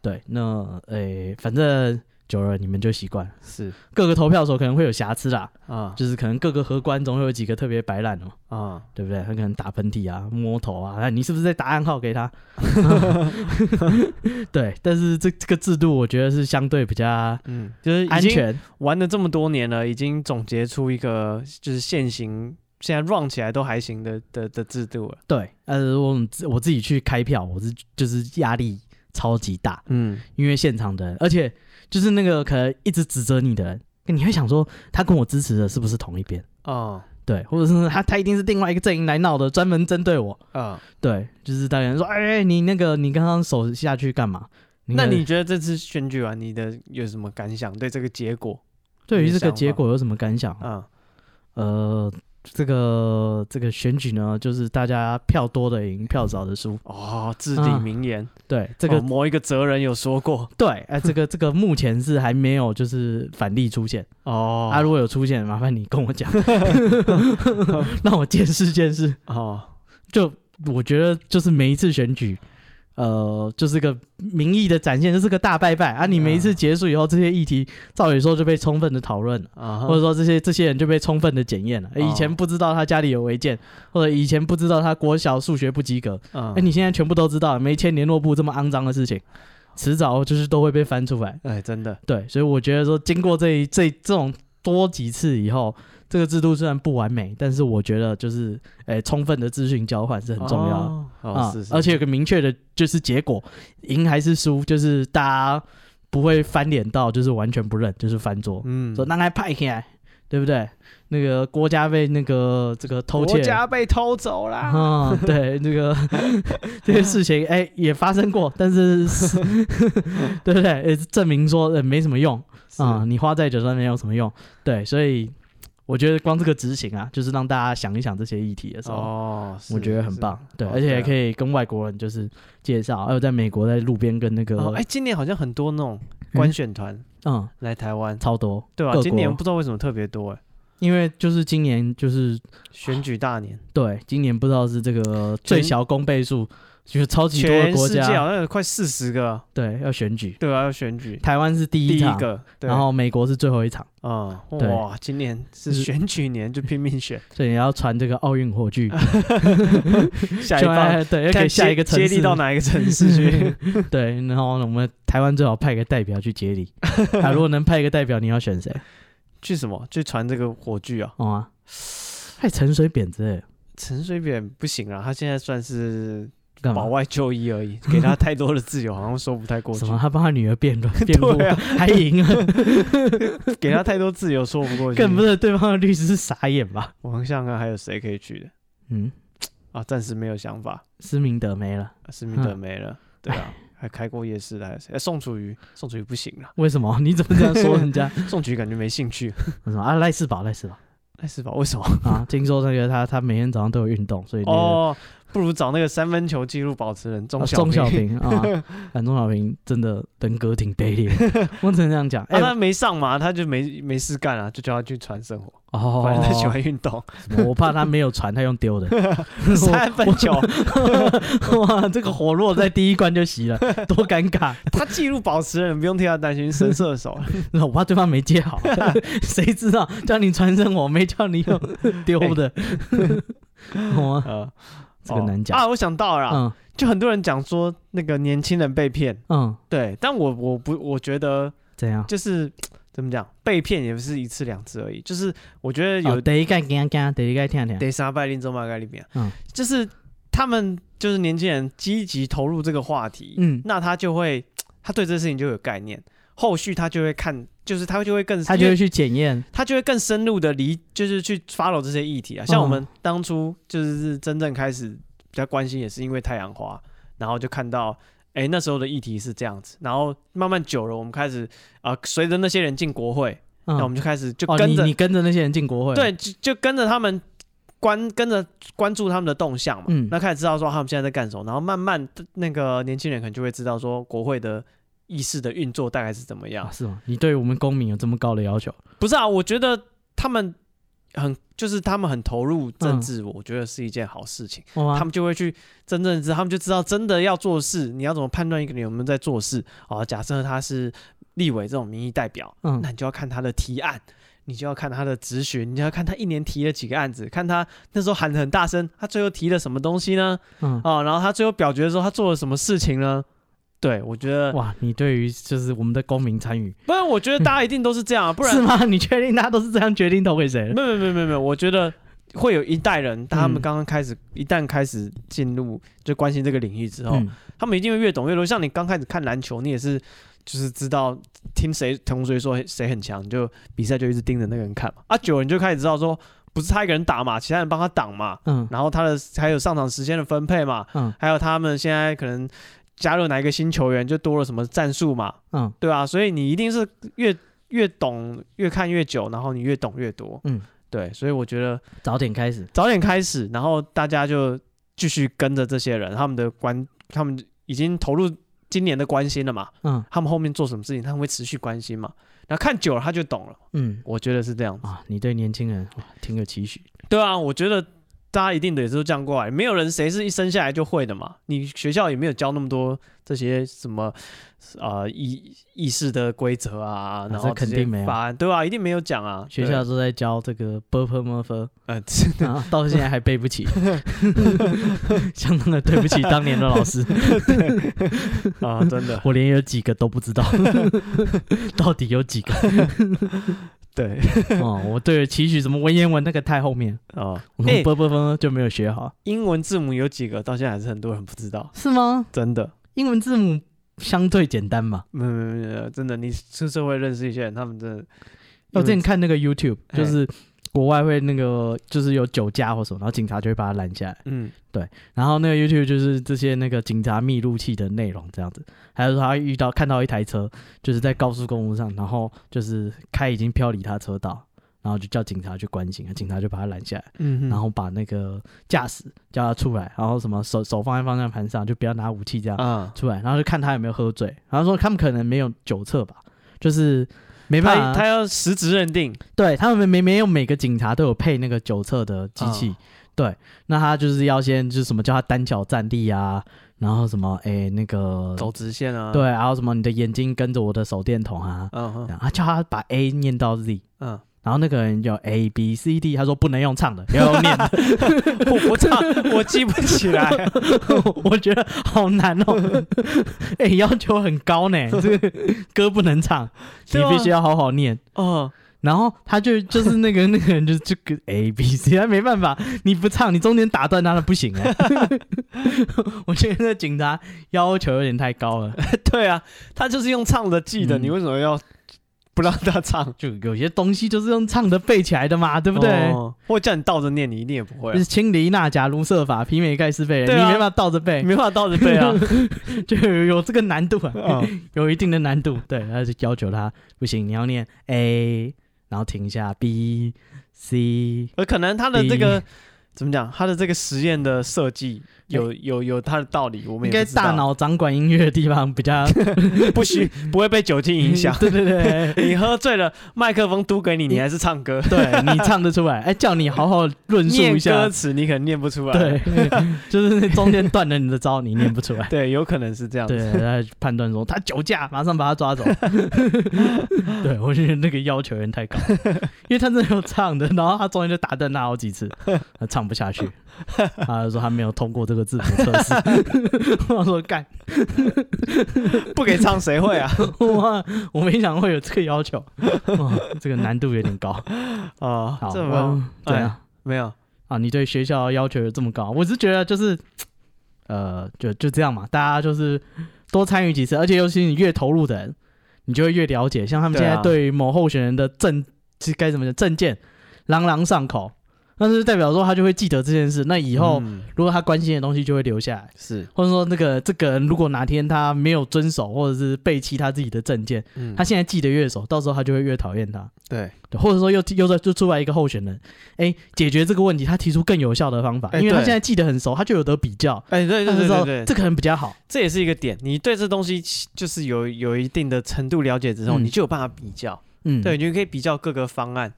S2: 对，那诶、反正久了你们就习惯了。
S1: 嗯是
S2: 各个投票所可能会有瑕疵啦，
S1: 啊
S2: 就是可能各个荷官总会有几个特别白烂的嘛，
S1: 啊，
S2: 对不对？他可能打喷嚏啊、摸头啊，那你是不是在打暗号给 他？对，但是这这个制度我觉得是相对比较
S1: 嗯，就是已
S2: 安
S1: 经
S2: 全，
S1: 玩了这么多年了，已经总结出一个就是现行现在 run 起来都还行的的的制度了。
S2: 对。呃，我我自己去开票，我是就是压力超级大，
S1: 嗯，
S2: 因为现场的人，而且就是那个可能一直指责你的人，你会想说他跟我支持的是不是同一边？
S1: 哦，
S2: 对，或者是他他一定是另外一个阵营来闹的，专门针对我。
S1: 嗯，
S2: 对，就是当然说，哎、你那个你刚刚手下去干嘛？
S1: 那
S2: 那
S1: 你觉得这次选举啊完你的有什么感想？对这个结果？
S2: 对于这
S1: 你的想
S2: 个
S1: 法
S2: 结果有什么感想？
S1: 嗯
S2: 呃，这个这个选举呢，就是大家票多的赢，票少的输。
S1: 哦，至理名言，
S2: 对，啊这个、
S1: 哦某一个哲人有说过
S2: 对，哎、这个这个目前是还没有就是反例出现。
S1: 哦
S2: 啊，如果有出现，麻烦你跟 我讲，让我见识见识。
S1: 哦，
S2: 就我觉得，就是每一次选举，呃，就是个民意的展现，就是个大拜拜啊！你每一次结束以后，这些议题照理说就被充分的讨论了。
S1: 啊
S2: 或者
S1: 哈，
S2: 说这些这些人就被充分的检验了。哎
S1: 哦
S2: 以前不知道他家里有违建，或者以前不知道他国小数学不及格，
S1: 嗯
S2: 哎，你现在全部都知道，没签联络簿这么肮脏的事情，迟早就是都会被翻出来。
S1: 哎，真的，
S2: 对，所以我觉得说，经过这一这这种多几次以后，这个制度虽然不完美，但是我觉得就是，诶、充分的资讯交换是很重要的、
S1: 哦
S2: 啊
S1: 哦，是，是
S2: 而且有个明确的就是结果，赢还是输，就是大家不会翻脸到就是完全不认，就是翻桌，
S1: 嗯，
S2: 说那还派起来，对不对？那个郭家被那个这个偷窃
S1: 国。家被偷走啦，
S2: 嗯，对，那 个这些事情，哎、也发生过，但 是是对不对？呃证明说、呃、没什么用，啊、
S1: 啊，
S2: 你花再久上面有什么用？对，所以我觉得光这个执行啊，就是让大家想一想这些议题的时候，
S1: 哦，
S2: 我觉得很
S1: 是。
S2: 棒。对，
S1: 哦
S2: 而且
S1: 对啊
S2: 还可以跟外国人就是介绍，还哎有在美国在路边跟那个，
S1: 哦，哎，今年好像很多那种官选团
S2: 嗯，
S1: 来台湾，
S2: 超多，
S1: 对啊
S2: 各，国
S1: 今年不知道为什么特别多，哎，
S2: 因为就是今年就是
S1: 选举大年，
S2: 对，今年不知道是这个最小公倍数，就是超级多的
S1: 全
S2: 国
S1: 世界
S2: 家
S1: 好像有快四十个，
S2: 对要选举，
S1: 对啊，要选举，
S2: 台湾是第
S1: 第
S2: 一
S1: 一
S2: 场，
S1: 个，对
S2: 然后美国是最后一场，
S1: 嗯，
S2: 对
S1: 哇，今年是
S2: 是
S1: 选举年，就拼命选，
S2: 所以你要传这个奥运火炬，
S1: 下一
S2: 希
S1: 棒
S2: 望对，要
S1: 看
S2: 给下
S1: 接
S2: 一个城
S1: 接
S2: 市
S1: 力到哪一个城市 去？
S2: 对，然后呢我们台湾最好派个代表去 接力。啊，如果能派一个代表，你要选谁？
S1: 去什么？去传这个火炬啊？
S2: 哦、啊，派陈水扁之类的，
S1: 陈水扁不行啊，他现在算是
S2: 干
S1: 保
S2: 嘛？
S1: 外就医而已，给他太多的自由，好像说不太过去
S2: 什。么？他帮他女儿 辩论辩护，
S1: 对啊
S2: 还 赢了，
S1: 给他太多自由，说不过去。
S2: 更不是对方的律师是傻眼吧？
S1: 我想想看还有谁可以去的
S2: 嗯，
S1: 啊？暂时没有想法。
S2: 施明德没了，
S1: 啊施明德没了，对啊， 还开过夜市的还有谁？哎宋楚瑜，宋楚瑜不行了，
S2: 为什么？你怎么这样说人家？
S1: 宋楚瑜感觉没兴趣。
S2: 什么啊？赖世宝，赖世 宝
S1: 赖世宝为 什么？
S2: 啊！听说那个他他每天早上都有运动，所以那个
S1: 哦，不如找那个三分球纪录保持人
S2: 啊
S1: 钟
S2: 钟小
S1: 平。
S2: 平啊， 反正钟小平真的人格挺卑劣的，我只能这样讲。
S1: 啊，
S2: 哎、
S1: 他没上嘛，他就没没事干啊，就叫他去传生活。
S2: 哦，
S1: 反正他喜欢运 动，
S2: 我我怕他没有传，他用 丢的。
S1: 三分球，
S2: 哇，这个火落在第一关就熄 了，多尴尬！
S1: 他记录保持人，不用替他担心，神射 手。
S2: 我怕对方没接 好，谁知道叫你传声我没叫你用丢 的，哇，
S1: 呃，
S2: 这个难讲
S1: 哦啊。我想到了啦，
S2: 嗯
S1: 就很多人讲说那个年轻人被骗，
S2: 嗯，
S1: 对，但我我不我觉得
S2: 怎样？
S1: 就是怎么讲，被骗也不是一次两次而已，就是我觉得有
S2: 有第一盖干干，第一盖听听，
S1: 得杀拜林中马盖里面，啊
S2: 嗯
S1: 就是他们就是年轻人积极投入这个话题，
S2: 嗯
S1: 那他就会他对这事情就有概念。后续他就会看，就是他就会更
S2: 他就
S1: 因
S2: 会
S1: 为
S2: 去检验，
S1: 他就会更深入的理，就是去 follow 这些议题啊。像我们
S2: 嗯
S1: 当初就是真正开始比较关心，也是因为太阳花，然后就看到。哎，那时候的议题是这样子，然后慢慢久了，我们开始啊、呃随着那些人进国会，
S2: 嗯
S1: 那、我们就开始就
S2: 哦，
S1: 跟
S2: 你
S1: 着、
S2: 你跟着那些人进国会，，
S1: 对，就就跟着他们关跟着关注他们的动向嘛，
S2: 嗯
S1: 那开始知道说他们现在在干什么，然后慢慢那个年轻人可能就会知道说国会的议事的运作大概是怎么样
S2: 啊，。是吗？你对我们公民有这么高的要求？
S1: 不是啊，我觉得他们很就是他们很投入政治，我觉得是一件好事情。
S2: 哇
S1: 他们就会去真正知道，他们就知道真的要做事，你要怎么判断一个人有没有在做事啊？假设他是立委这种民意代表，
S2: 嗯
S1: 那你就要看他的提案，你就要看他的咨询，你就要看他一年提了几个案子，看他那时候喊得很大声，他最后提了什么东西呢？
S2: 嗯，
S1: 哦，然后他最后表决的时候，他做了什么事情呢？对，我觉得，
S2: 哇，你对于就是我们的公民参与，
S1: 不然我觉得大家一定都是这样啊，不
S2: 是
S1: 然，
S2: 吗？你确定大家都是这样决定投给谁的？
S1: 没有没有没有没有，我觉得。会有一代人，他们
S2: 嗯
S1: 刚刚开始，一旦开始进入就关心这个领域之后，
S2: 嗯
S1: 他们一定会越懂越多。像你刚开始看篮球，你也是就是知道听谁同学说谁很强，你就比赛就一直盯着那个人看嘛。啊，久了你就开始知道说，不是他一个人打嘛，其他人帮他挡嘛，
S2: 嗯
S1: 然后他的还有上场时间的分配嘛，
S2: 嗯
S1: 还有他们现在可能加入哪一个新球员就多了什么战术嘛，
S2: 嗯
S1: 对啊，所以你一定是越越懂越看越久，然后你越懂越多。
S2: 嗯，
S1: 对，所以我觉得
S2: 早点开始，
S1: 早点开始，然后大家就继续跟着这些人，他们的关，他们已经投入今年的关心了嘛，
S2: 嗯
S1: 他们后面做什么事情，他们会持续关心嘛。然后看久了他就懂了，
S2: 嗯
S1: 我觉得是这样子。
S2: 啊，你对年轻人哇挺有期许，
S1: 对啊，我觉得大家一定得也是这样过来，没有人谁是一生下来就会的嘛。你学校也没有教那么多这些什么呃意意识的规则啊，然后
S2: 这肯
S1: 这些
S2: 定没有
S1: 法案，对啊，一定没有讲啊。
S2: 学校都在教这个 b u r p l e m u r p h
S1: 呃，
S2: 然后到现在还背不起， 相当的对不起当年的老师，
S1: 啊，真的
S2: 我连有几个都不知道， 到底有几个？
S1: 对
S2: 哦，我对期许什么文言文那个太后面，
S1: 啊，
S2: 我
S1: 哎
S2: 们波波风就没有学好，
S1: 英文字母有几个，到现在还是很多人不知道，
S2: 是吗？
S1: 真的。
S2: 英文字母相对简单嘛。
S1: 没有没有没有没有，真的，你出社会认识一些人，他们真的，
S2: 我之前
S1: 真
S2: 哦看那个 YouTube，
S1: 哎
S2: 就是国外会那个就是有酒驾或什么，然后警察就会把他拦下来。
S1: 嗯
S2: 然后那个 YouTube 就是这些那个警察密录器的内容这样子，还有说他遇到看到一台车就是在高速公路上，然后就是开已经飘离他车道，然后就叫警察去关心，警察就把他拦下来，
S1: 嗯
S2: 然后把那个驾驶叫他出来，然后什么手手放在方向盘上，就不要拿武器这样
S1: 啊，
S2: 出来，然后就看他有没有喝醉，然后说他们可能没有酒测吧，就是没办法
S1: 他，他要实质认定，
S2: 对他们没没有每个警察都有配那个酒测的机器，
S1: 啊
S2: 对，那他就是要先就是什么叫他单脚站立啊，然后什么诶那个
S1: 走直线啊，
S2: 对，，然后什么你的眼睛跟着我的手电筒啊，
S1: 嗯
S2: 这
S1: 哼
S2: 样啊叫他把 A 念到 Z，
S1: 嗯，
S2: 然后那个人就 A B C D，他说不能用唱的，要用念的，
S1: 我我操，我记不起 来，
S2: 我觉得好难哦， 哎、要求很高 呢，这个歌不能唱，你
S1: 对啊
S2: 必须要好好念。
S1: 哦，
S2: 然后他就就是那个那个人就这个 A B C，他没哎办法，你不唱，你中间打断他了不行啊。 我觉得那警察要求有点太高了，
S1: 对啊，他就是用唱的记的，
S2: 嗯
S1: 你为什么要不让他唱，
S2: 就有些东西就是用唱的背起来的嘛，对
S1: 对
S2: 不对？
S1: 或叫你倒着念，你一定也哦不会
S2: 就
S1: 啊，
S2: 是清理纳贾卢瑟法、皮美盖斯贝
S1: 对
S2: 人，
S1: 啊
S2: 你没办法倒着
S1: 你
S2: 背，
S1: 没办法倒着背啊，
S2: 就有有这个难度啊，
S1: 嗯
S2: 有一定的难度。 对，他就要求他不行，你要念 A，然后停一下 B C，
S1: 而可能他的这个。怎么讲？他的这个实验的设计有有有他的道理，我们也
S2: 应该
S1: 不知道
S2: 大脑掌管音乐的地方比较。
S1: 不许不会被酒精影响
S2: 对对 对，
S1: 你喝醉了，麦克风嘟给你，你还是唱 歌，
S2: 对你唱得出来，哎，叫你好好论述
S1: 念
S2: 一下
S1: 歌，词你可能念不出来。
S2: 对， 就是中间断了你的招，你念不出来，
S1: 对，有可能是这样子。
S2: 对，他就判断说他酒驾，马上把 他抓走。对我觉得那个要求有点 太高，因为他真的有唱的，然后他中间就打断他好几次，他唱不 下去，他就说他没有通过这个字母测试。我说干，
S1: 不给唱谁会啊？
S2: 哇，我没想到会有这个要求，哇，这个难度有点高。
S1: 哦
S2: 好，，
S1: 这么
S2: 我对
S1: 哎
S2: 啊。
S1: 没有，
S2: 啊，你对学校要求有这么高，我只是觉得就是，呃，就就这样嘛，大家就是多参与几次，而且尤其是你越投入的人，你就会越了解。像他们现
S1: 对啊
S2: 在对于某候选人的政是该怎么讲政见朗朗上口，那就是代表说他就会记得这件事。那以后、
S1: 嗯
S2: 如果他关心的东西就会留下来，
S1: 是，
S2: 或者说那个这个人如果哪天他没有遵守或者是背弃他自己的政见，
S1: 嗯，
S2: 他现在记得越熟，到时候他就会越讨厌他。
S1: 对，
S2: 对，或者说又又再就出来一个候选人，哎、解决这个问题，他提出更有效的方法，
S1: 哎
S2: 因为他
S1: 对
S2: 现在记得很熟，他就有得比较，
S1: 哎，对
S2: 他
S1: 对
S2: 就知道
S1: 对对，
S2: 这个人比较好。
S1: 这也是一个点。你对这东西就是有有一定的程度了解之后，
S2: 嗯
S1: 你就有办法比较。
S2: 嗯，
S1: 对，，你就可以比较各个方案，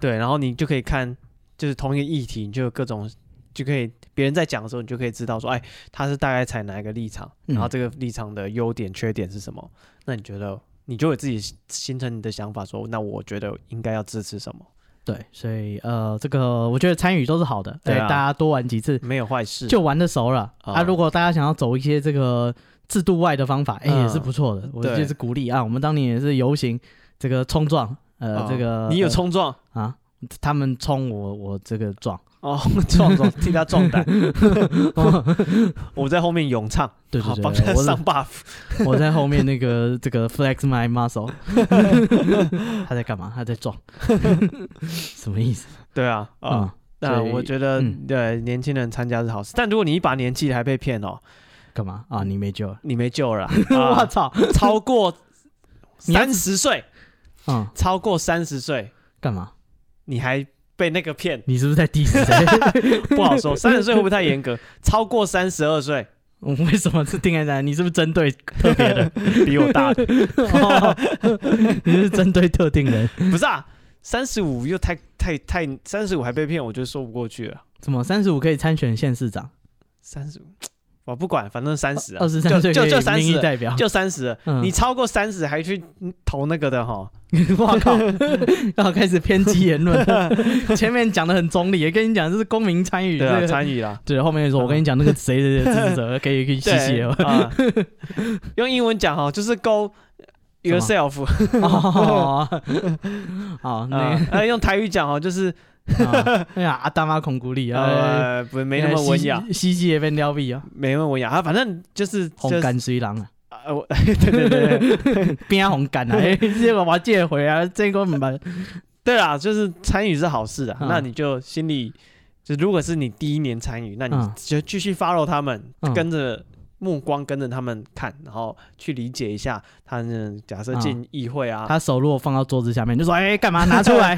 S1: 对，然后你就可以看，就是同一个议题，你就有各种，就可以别人在讲的时候，你就可以知道说，哎，他是大概采哪一个立场，然后
S2: 嗯
S1: 这个立场的优点、缺点是什么？那你觉得，你就会自己形成你的想法说，那我觉得应该要支持什么？
S2: 对，所以呃，这个我觉得参与都是好的，
S1: 对啊
S2: 大家多玩几次
S1: 没有坏事，
S2: 就玩的熟了、
S1: 啊
S2: 啊。如果大家想要走一些这个制度外的方法，哎、
S1: 嗯
S2: 也是不错的，我
S1: 对
S2: 就是鼓励啊。我们当年也是游行这个冲撞，呃，
S1: 啊
S2: 这个
S1: 你有
S2: 呃
S1: 冲 撞
S2: 啊？他们冲我，我这个撞，
S1: 哦，撞撞替他壮 胆， 我在后面咏唱，
S2: 对
S1: 好
S2: 对
S1: 帮他
S2: 对，我
S1: 上 buff，
S2: 我在后面那个 这个 flex my muscle，他在干嘛？他在 撞，什么意思
S1: 对啊，啊。
S2: 啊？
S1: 那
S2: 所以
S1: 我觉得，
S2: 嗯
S1: 对年轻人参加是好事，但如果你一把年纪还被骗哦，
S2: 干嘛啊？你没救了！
S1: 你没救了 啊。
S2: 我
S1: 嗯啊
S2: 操！
S1: 超过
S2: 你要
S1: 三十岁，
S2: 嗯，
S1: 超过三十岁，
S2: 干嘛？
S1: 你还被那个 骗，
S2: 你是不是在 diss 谁？
S1: 不好说。三十岁会不会太严格？超过三十二岁，
S2: 我为什么是定在那？你是不是针对 特别 的？
S1: 比我大的，
S2: 哦你是针对特定人？
S1: 不是啊？三十五又太太太，三十五还被骗，我觉得说不过去了。
S2: 怎么三十五可以参选县市长？
S1: 三十五，我不管，反正三十啊，
S2: 二十三岁
S1: 就
S2: 可以
S1: 就三
S2: 民意
S1: 十，
S2: 代表？
S1: 就三十，
S2: 嗯
S1: 你超过三十还去投那个的哈，
S2: 我靠！ 要开始偏激言论了。 前面讲的很中立，也跟你讲这是公民参与，
S1: 对
S2: 这
S1: 啊，
S2: 个
S1: 参与啦。
S2: 对，后面说，我跟你讲，那个谁谁谁支持者可以去谢谢 哦。
S1: 啊，用英文讲哈，就是 go yourself
S2: 哦，好，那
S1: 啊，呃，用台语讲哦，就是
S2: 个啊哎呀，阿大妈孔古里啊，
S1: 呃，不没那么文雅，
S2: 西，西西也被撩毙啊，
S1: 没那么文雅啊，反正就是就
S2: 红
S1: 是
S2: 干水狼啊，
S1: 呃，我对对对对
S2: 边啊红干啊，哎这个我要借回啊，这个明白，
S1: 对啦，就是参与是好事啊，
S2: 嗯
S1: 那你就心里就如果是你第一年参与，那你
S2: 嗯
S1: 就继续 follow 他们，
S2: 嗯
S1: 跟着。目光跟着他们看，然后去理解一下他们假设进议会啊，
S2: 他手如果放到桌子下面，就说哎，干嘛拿出来？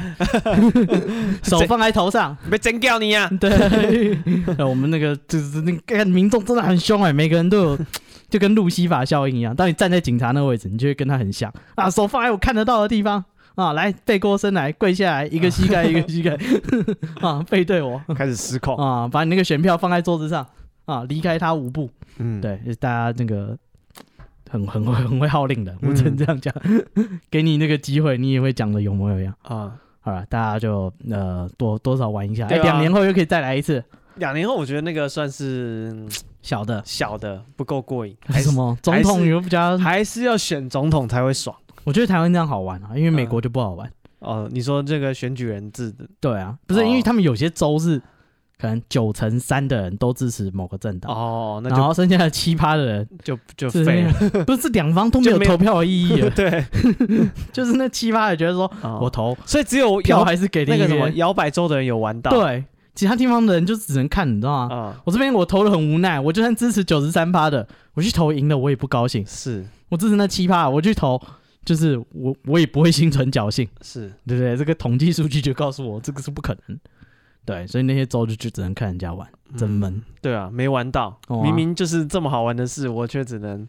S2: 手放在头上，
S1: 被真掉你 啊！
S2: 对，呃我们 那个就是那个干民众真的很凶哎、每个人都有，就跟路西法效应一样。当你站在警察那位置，你就会跟他很像啊，手放在我看得到的地方啊，来背过身来，跪下来，一个膝 盖一个膝盖 啊，背对我
S1: 开始失控，
S2: 啊，把你那个选票放在桌子上啊，离开他五步。
S1: 嗯，
S2: 对，就是大家那个很很会很会号令的，我只能
S1: 嗯
S2: 这样讲。 给你那个机会，你也会讲的有模有样。
S1: 啊，
S2: 好了，大家就呃多多少玩一下，哎、
S1: 对啊
S2: 两年后又可以再来一次。
S1: 两年后我觉得那个算是嗯
S2: 小的，
S1: 小的不够过瘾，还
S2: 还
S1: 是
S2: 什么总统有比较？
S1: 还是要选总统才会爽
S2: 我觉得台湾这样好玩啊，因为美国就不好玩。
S1: 哦。你说这个选举人制的
S2: 对啊，不是、
S1: 哦
S2: 因为他们有些州是可能九成三的人都支持某个政党，
S1: 哦，那
S2: 然
S1: 就
S2: 后剩下的七趴的人
S1: 就就
S2: 就是
S1: 废了，
S2: 那个不是两方都 没
S1: 就
S2: 有
S1: 没有，
S2: 投票的意义了
S1: 对，
S2: 就是那七趴的觉得说
S1: 哦
S2: 我投
S1: 所以只有
S2: 票
S1: 摇
S2: 还是给
S1: 那
S2: 另一
S1: 个什么啊
S2: 边
S1: 摇摆州的人有玩到，
S2: 对，啊其他地方的人就只能看，你知道吗？
S1: 啊，
S2: 我这边我投的很无奈，我就算支持九十三趴的，我去投赢了我也不高兴，
S1: 是
S2: 我支持那七趴，我去投就是我我也不会心存侥幸。
S1: 是，
S2: 对不对？这个统计数据就告诉我，这个是不可能。对，所以那些州就就只能看人家玩，真
S1: 嗯
S2: 闷。
S1: 对啊，没玩到，
S2: 哦啊
S1: 明明就是这么好玩的事，我却只能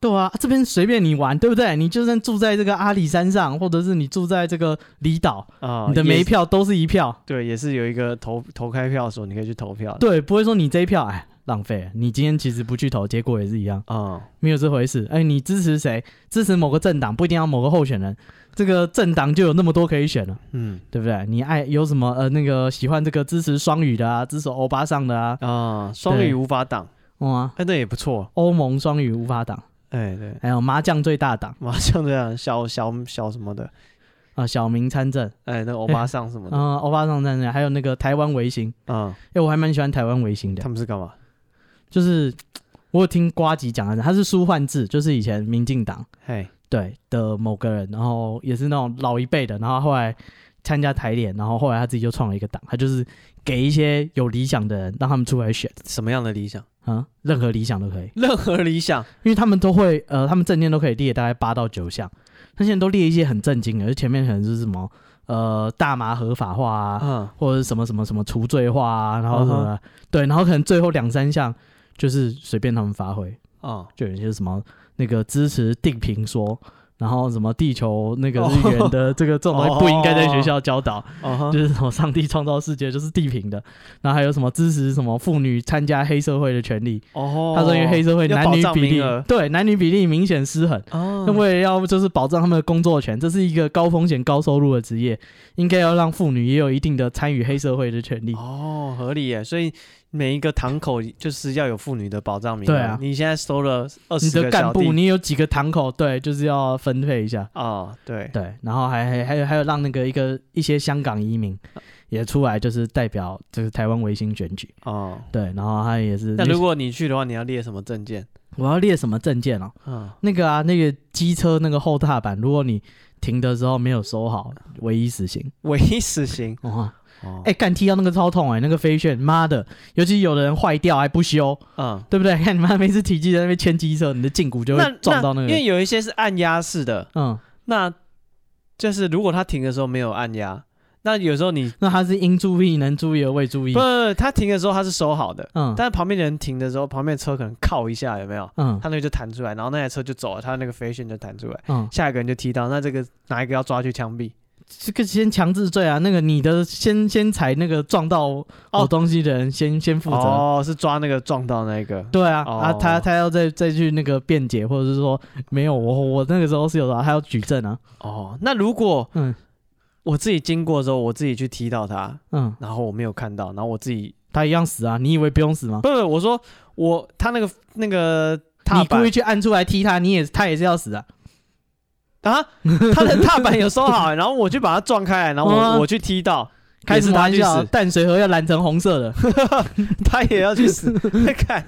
S2: 对啊，这边随便你玩，对不对？你就算住在这个阿里山上，或者是你住在这个离岛，
S1: 啊，
S2: 你的
S1: 也
S2: 每一票都是一票，
S1: 对，也是有一个投投开票所，你可以去投票的，
S2: 对，不会说你这一票哎浪费了，你今天其实不去投，结果也是一样，
S1: 啊，
S2: 没有这回事。哎，你支持谁？支持某个政党，不一定要某个候选人，这个政党就有那么多可以选了，
S1: 嗯
S2: 对不对？你爱有什么呃那个喜欢这个支持双语的啊，支持欧巴桑的啊，
S1: 啊，双语
S2: 对
S1: 无法挡，
S2: 哇、
S1: 哎，那也不错，
S2: 欧盟双语无法挡。
S1: 哎，对。
S2: 还有麻将最大档
S1: 马上这样小小小什么的，
S2: 啊、小明参政，
S1: 哎，那个欧巴桑什么的，
S2: 嗯、欧巴桑参政，还有那个台湾维新，
S1: 嗯，
S2: 哎、我还蛮喜欢台湾维新的
S1: 他，们是干嘛？
S2: 就是我有听瓜吉讲的，他是苏焕智，就是以前民进党，
S1: 嘿，
S2: 对的某个人，然后也是那种老一辈的，然后后来参加台联，然后后来他自己就创了一个党，他就是给一些有理想的人让他们出来选
S1: 什么样的理想？
S2: 啊，任何理想都可以，
S1: 任何理想，
S2: 因为他们都会呃，他们证件都可以列大概八到九项，他现在都列一些很震惊的，就前面可能是什么呃大麻合法化啊，
S1: 嗯，
S2: 或者是什么什么什么除罪化啊，然后什么
S1: 嗯
S2: 对，然后可能最后两三项就是随便他们发挥，
S1: 哦，
S2: 就有一些什么那个支持定评说，然后什么地球那个日圆的这个这种东西不应该在学校教导，
S1: 哦哈，
S2: 就是什么上帝创造世界就是地平的，然后还有什么支持什么妇女参加黑社会的权利，
S1: 哦，
S2: 他说因为黑社会
S1: 要
S2: 男
S1: 保
S2: 女
S1: 障
S2: 比
S1: 名
S2: 例
S1: 额
S2: 对男女比例明显失衡。
S1: 哦，
S2: 那为了要就是保障他们的工作权，这是一个高风险高收入的职业，应该要让妇女也有一定的参与黑社会的权利。
S1: 哦，合理耶，所以每一个堂口就是要有妇女的保障名额。
S2: 对啊
S1: 你现在收了二
S2: 你
S1: 十
S2: 的
S1: 个
S2: 干
S1: 小弟
S2: 部，你有几个堂口？对，就是要分配一下。
S1: 哦，对，
S2: 对，然后还还还有还有让那个一个一些香港移民也出来，就是代表就是台湾维新选举。
S1: 哦，
S2: 对，然后他也是。
S1: 那如果你去的话，你要列什么证件？
S2: 我要列什么证件哦？
S1: 嗯，
S2: 那个啊，那个机车那个后踏板，如果你停的时候没有收好，唯一死刑。
S1: 唯一死刑。
S2: 哇、
S1: 哦，
S2: 哎、干踢到那个超痛哎、那个飞旋，妈的！尤其有的人坏掉还不修，
S1: 嗯，
S2: 对不 对？看你妈每次体积在那边牵机车，你的胫骨就
S1: 那
S2: 会撞到那个
S1: 因
S2: 人。
S1: 为有一些是按压式的，
S2: 嗯，
S1: 那就是如果他停的时候没有按压，那有时候你
S2: 那他是应注意能注意而未注意
S1: 不。他停的时候他是收好的，
S2: 嗯
S1: 但是旁边的人停的时候，旁边的车可能靠一下，有没有？
S2: 嗯
S1: 他那个就弹出来，然后那台车就走了，他那个飞旋就弹出来，
S2: 嗯，
S1: 下一个人就踢到，那这个哪一个要抓去枪毙？
S2: 这个先强制罪啊，那个你的先先踩那个撞到我东西的人先、先负责。
S1: 哦，是抓那个撞到那个。
S2: 对啊，
S1: 哦
S2: 啊，他他要再再去那个辩解，或者是说没有我我那个时候是有的啊，他要举证啊。
S1: 哦，那如果
S2: 嗯
S1: 我自己经过的时候，我自己去踢到他，
S2: 嗯，
S1: 然后我没有看到，然后我自己
S2: 他一样死啊，你以为不用死吗？
S1: 不不，我说我他那个那个踏
S2: 你故
S1: 板
S2: 意去按出来踢他，你也他也是要死啊。
S1: 啊，他的踏板有收好，然后我去把它撞开来，然后 我、
S2: 嗯啊
S1: 我去踢到，
S2: 开什么玩
S1: 也是他
S2: 笑？
S1: 去死
S2: 淡水河要染成红色 的，
S1: 他也要去死。看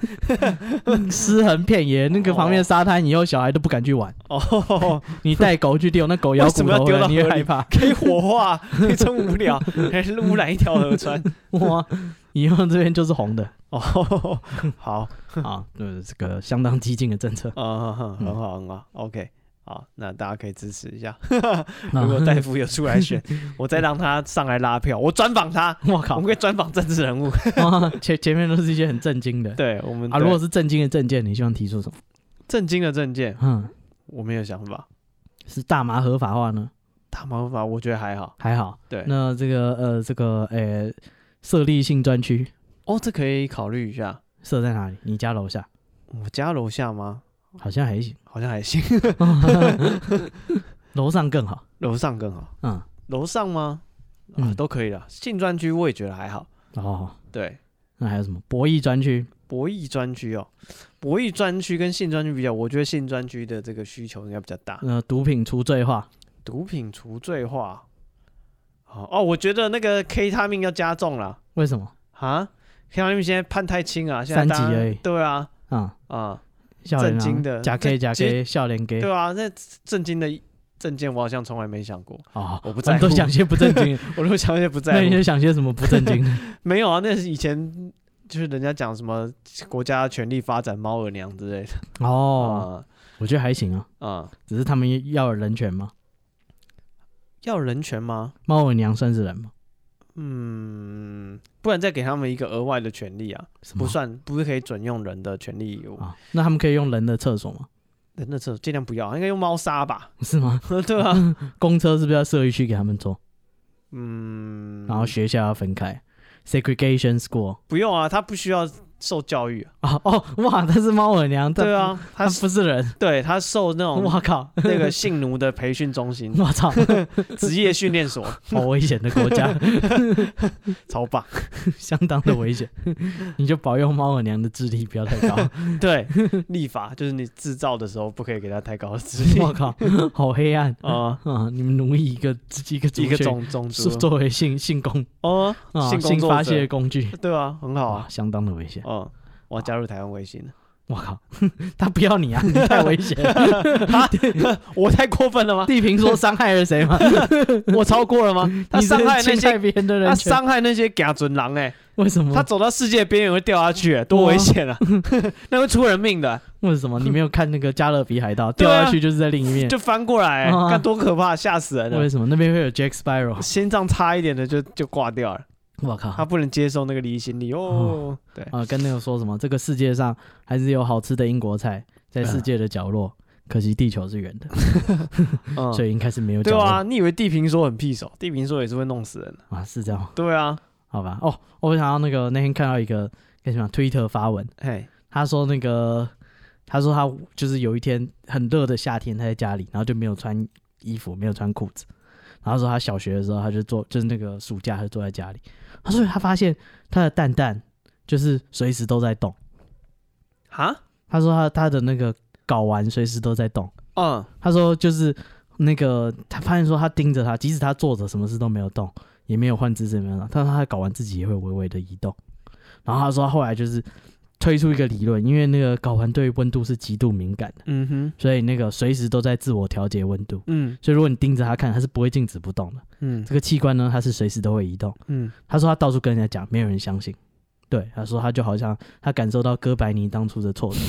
S2: 尸横遍野，那个旁边的沙滩以后小孩都不敢去玩。
S1: 哦，
S2: 你带狗去丢，那 狗咬骨
S1: 为什么要
S2: 头回
S1: 丢
S2: 来，
S1: 到
S2: 你也
S1: 河里
S2: 害怕。
S1: 可以火化，真无聊，还是污染一条河川。
S2: 哇，以后这边就是红的
S1: 哦，好，
S2: 啊，就是这个相当激进的政策。
S1: 嗯，很
S2: 嗯
S1: 好，很好，OK。好，那大家可以支持一下。如果戴夫有出来 选，我再让他上来拉票，我专访他，
S2: 我
S1: 我
S2: 靠
S1: 们，可以专访政治人物。
S2: 哇前前面都是一些很震 惊的
S1: 对我们
S2: 啊。如果是震惊的证件，你希望提出什么？
S1: 震惊的证件，
S2: 嗯，
S1: 我没有想法。
S2: 是大麻合法化呢？
S1: 大麻法我觉得还好。
S2: 还好。
S1: 对，
S2: 那这个呃，这个呃，设立性专区
S1: 哦，这可以考虑一下。
S2: 设在哪里？你家楼下
S1: 我家楼下吗？
S2: 好像 还行，
S1: 好像还行，
S2: 楼上更好。
S1: 楼上更好。
S2: 嗯，
S1: 楼上吗？啊，
S2: 嗯
S1: 都可以的。性专区我也觉得还好。
S2: 哦。
S1: 对，
S2: 那还有什么博弈专区？
S1: 博弈专区哦，博弈专区跟性专区比较，我觉得性专区的这个需求应该比较大。
S2: 呃，毒品除罪化，
S1: 毒品除罪化，哦哦，我觉得那个 K 他命要加重了
S2: 为什么
S1: 啊！K 他命现在判太轻啊，现在大家
S2: 三级而已
S1: 对啊，
S2: 啊？
S1: 啊、
S2: 笑脸
S1: 震惊的
S2: 假 K 假
S1: 这
S2: K 笑脸 K
S1: 对啊，那震惊的证件我好像从来没想过，
S2: 哦，
S1: 我不
S2: 我
S1: 在
S2: 们
S1: 乎，
S2: 都想些不正经的，
S1: 我都想也不在
S2: 那
S1: 乎
S2: 你。就想些什么不 正经的？
S1: 没有啊，那是以前就是人家讲什么国家全力发展猫耳娘之类的。
S2: 哦，
S1: 哦，
S2: 我觉得还行啊，
S1: 嗯，
S2: 只是他们要有人权嘛。
S1: 要人权吗？
S2: 猫尾娘算是人吗？
S1: 嗯，不然再给他们一个额外的权利啊，
S2: 什么
S1: 不算不是可以准用人的权利义务。
S2: 嗯啊？那他们可以用人的厕所吗？
S1: 人的厕尽量不要，应该用猫砂吧？
S2: 是吗？
S1: 对啊，
S2: 公车是不是要设一区给他们坐？
S1: 嗯，
S2: 然后学校要分开，segregation school
S1: 不用啊，他不需要受教 育啊。
S2: 啊？哦，哇，他是猫尾娘，
S1: 对
S2: 啊，
S1: 啊，
S2: 他
S1: 他哦
S2: 不是人，
S1: 对他受那种
S2: 我靠，
S1: 那个性奴的培训中 心、
S2: 我 操，
S1: 职业训练所，
S2: 好危险的国家。
S1: 超棒。
S2: 相当的危险，你就保佑猫耳娘的智力不要太 高。
S1: 对，立法就是你制造的时候不可以给他太高的指令。
S2: 我靠，好黑暗
S1: 啊、
S2: 啊！你们奴役一个一个族
S1: 一个
S2: 群，
S1: 种种
S2: 是
S1: 族
S2: 作为性性工
S1: 哦，
S2: 啊
S1: 性工
S2: 性
S1: 作
S2: 发
S1: 者
S2: 泄的工具，
S1: 对啊，很好
S2: 哇，
S1: 啊，
S2: 相当的危险。
S1: 嗯，我要加入台湾微信了，
S2: 我靠， 他不要你 啊，你太危险了。
S1: 我太过分了吗？
S2: 地平说伤害了谁吗？
S1: 我超过了吗？他
S2: 你这
S1: 伤害那
S2: 侵
S1: 些
S2: 害别人的人
S1: 他
S2: 权，哦
S1: 伤害那些假准狼哎，
S2: 为什么？
S1: 他走到世界边缘会掉下去、欸，
S2: 哦
S1: 多危险 啊！那会出人命的，
S2: 为什么你没有看那个加勒比海盗
S1: 嗯对
S2: 掉
S1: 啊
S2: 下去就是在另一面？
S1: 就翻过来、欸，
S2: 哦啊
S1: 看多可怕，吓死人了
S2: 为。什么那边会有 Jack Sparrow？
S1: 心脏差一点的就就挂掉了，
S2: 我
S1: 他
S2: 靠！
S1: 不能接受那个离心力哦。对，
S2: 啊，跟那个说什么？这个世界上还是有好吃的英国菜，在世界的角落。可惜地球是圆的，
S1: 嗯
S2: 所以应该是没有角
S1: 对
S2: 落
S1: 啊，你以为地平说很屁手？地平说也是会弄死人的。
S2: 啊，是这样吗，
S1: 对啊，
S2: 好吧？哦，我想到那个那天看到一个叫什么 Twitter 发文，
S1: 啊嘿，
S2: 他说那个，他说他就是有一天很热的夏天，他在家里，然后就没有穿衣服，没有穿裤子。然后说他小学的时候，他就坐，就是那个暑假，他就坐在家里。他说他发现他的蛋蛋就是随时都在动。
S1: 哈，
S2: 他说他他的那个睾丸随时都在动。
S1: 嗯，
S2: 他说就是那个他发现说他盯着他，即使他坐着什么事都没有动，也没有换姿势没有动，但是他的睾丸自己也会微微的移动。然后他说他后来就是推出一个理论，因为那个睾丸对温度是极度敏感的，
S1: 嗯哼，
S2: 所以那个随时都在自我调节温度。
S1: 嗯
S2: 所以如果你盯着它看，它是不会静止不动的。
S1: 嗯
S2: 这个器官呢，它是随时都会移动。
S1: 嗯，
S2: 他说他到处跟人家讲，没有人相信。对，他说他就好像他感受到哥白尼当初的挫折，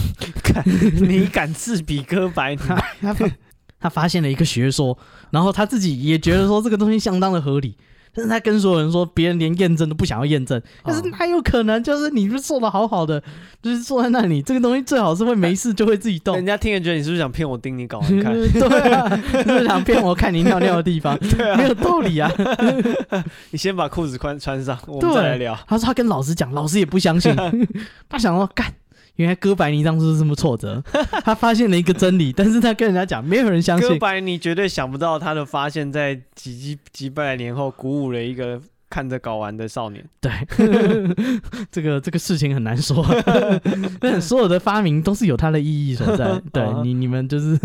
S1: 看 你敢自比哥白 尼？
S2: 他发他发现了一个学说，然后他自己也觉得说这个东西相当的合理， 但是他跟所有人说，别人连验证都不想要验证，但是
S1: 哦
S2: 哪有可能？就是你不是做的好好的，就是坐在那里，这个东西最好是会没事就会自己动
S1: 人。家听了觉得你是不是想骗我盯你搞完看？
S2: 对啊，就是想骗我看你尿尿的 地方，没有道理啊。
S1: 你先把裤子穿穿上，我们再来聊。
S2: 他说他跟老师讲，老师也不 相信。他想说，干，原来哥白尼当初是这么挫折，他发现了一个真理，但是他跟人家讲，没有人相
S1: 哥
S2: 信。
S1: 白尼绝对想不到他的发现，在几几几百年后鼓舞了一个看着睾丸的少年。
S2: 对，这个这个事情很难说。 但所有的发明都是有它的意义所 在。对
S1: 啊
S2: 你你们就是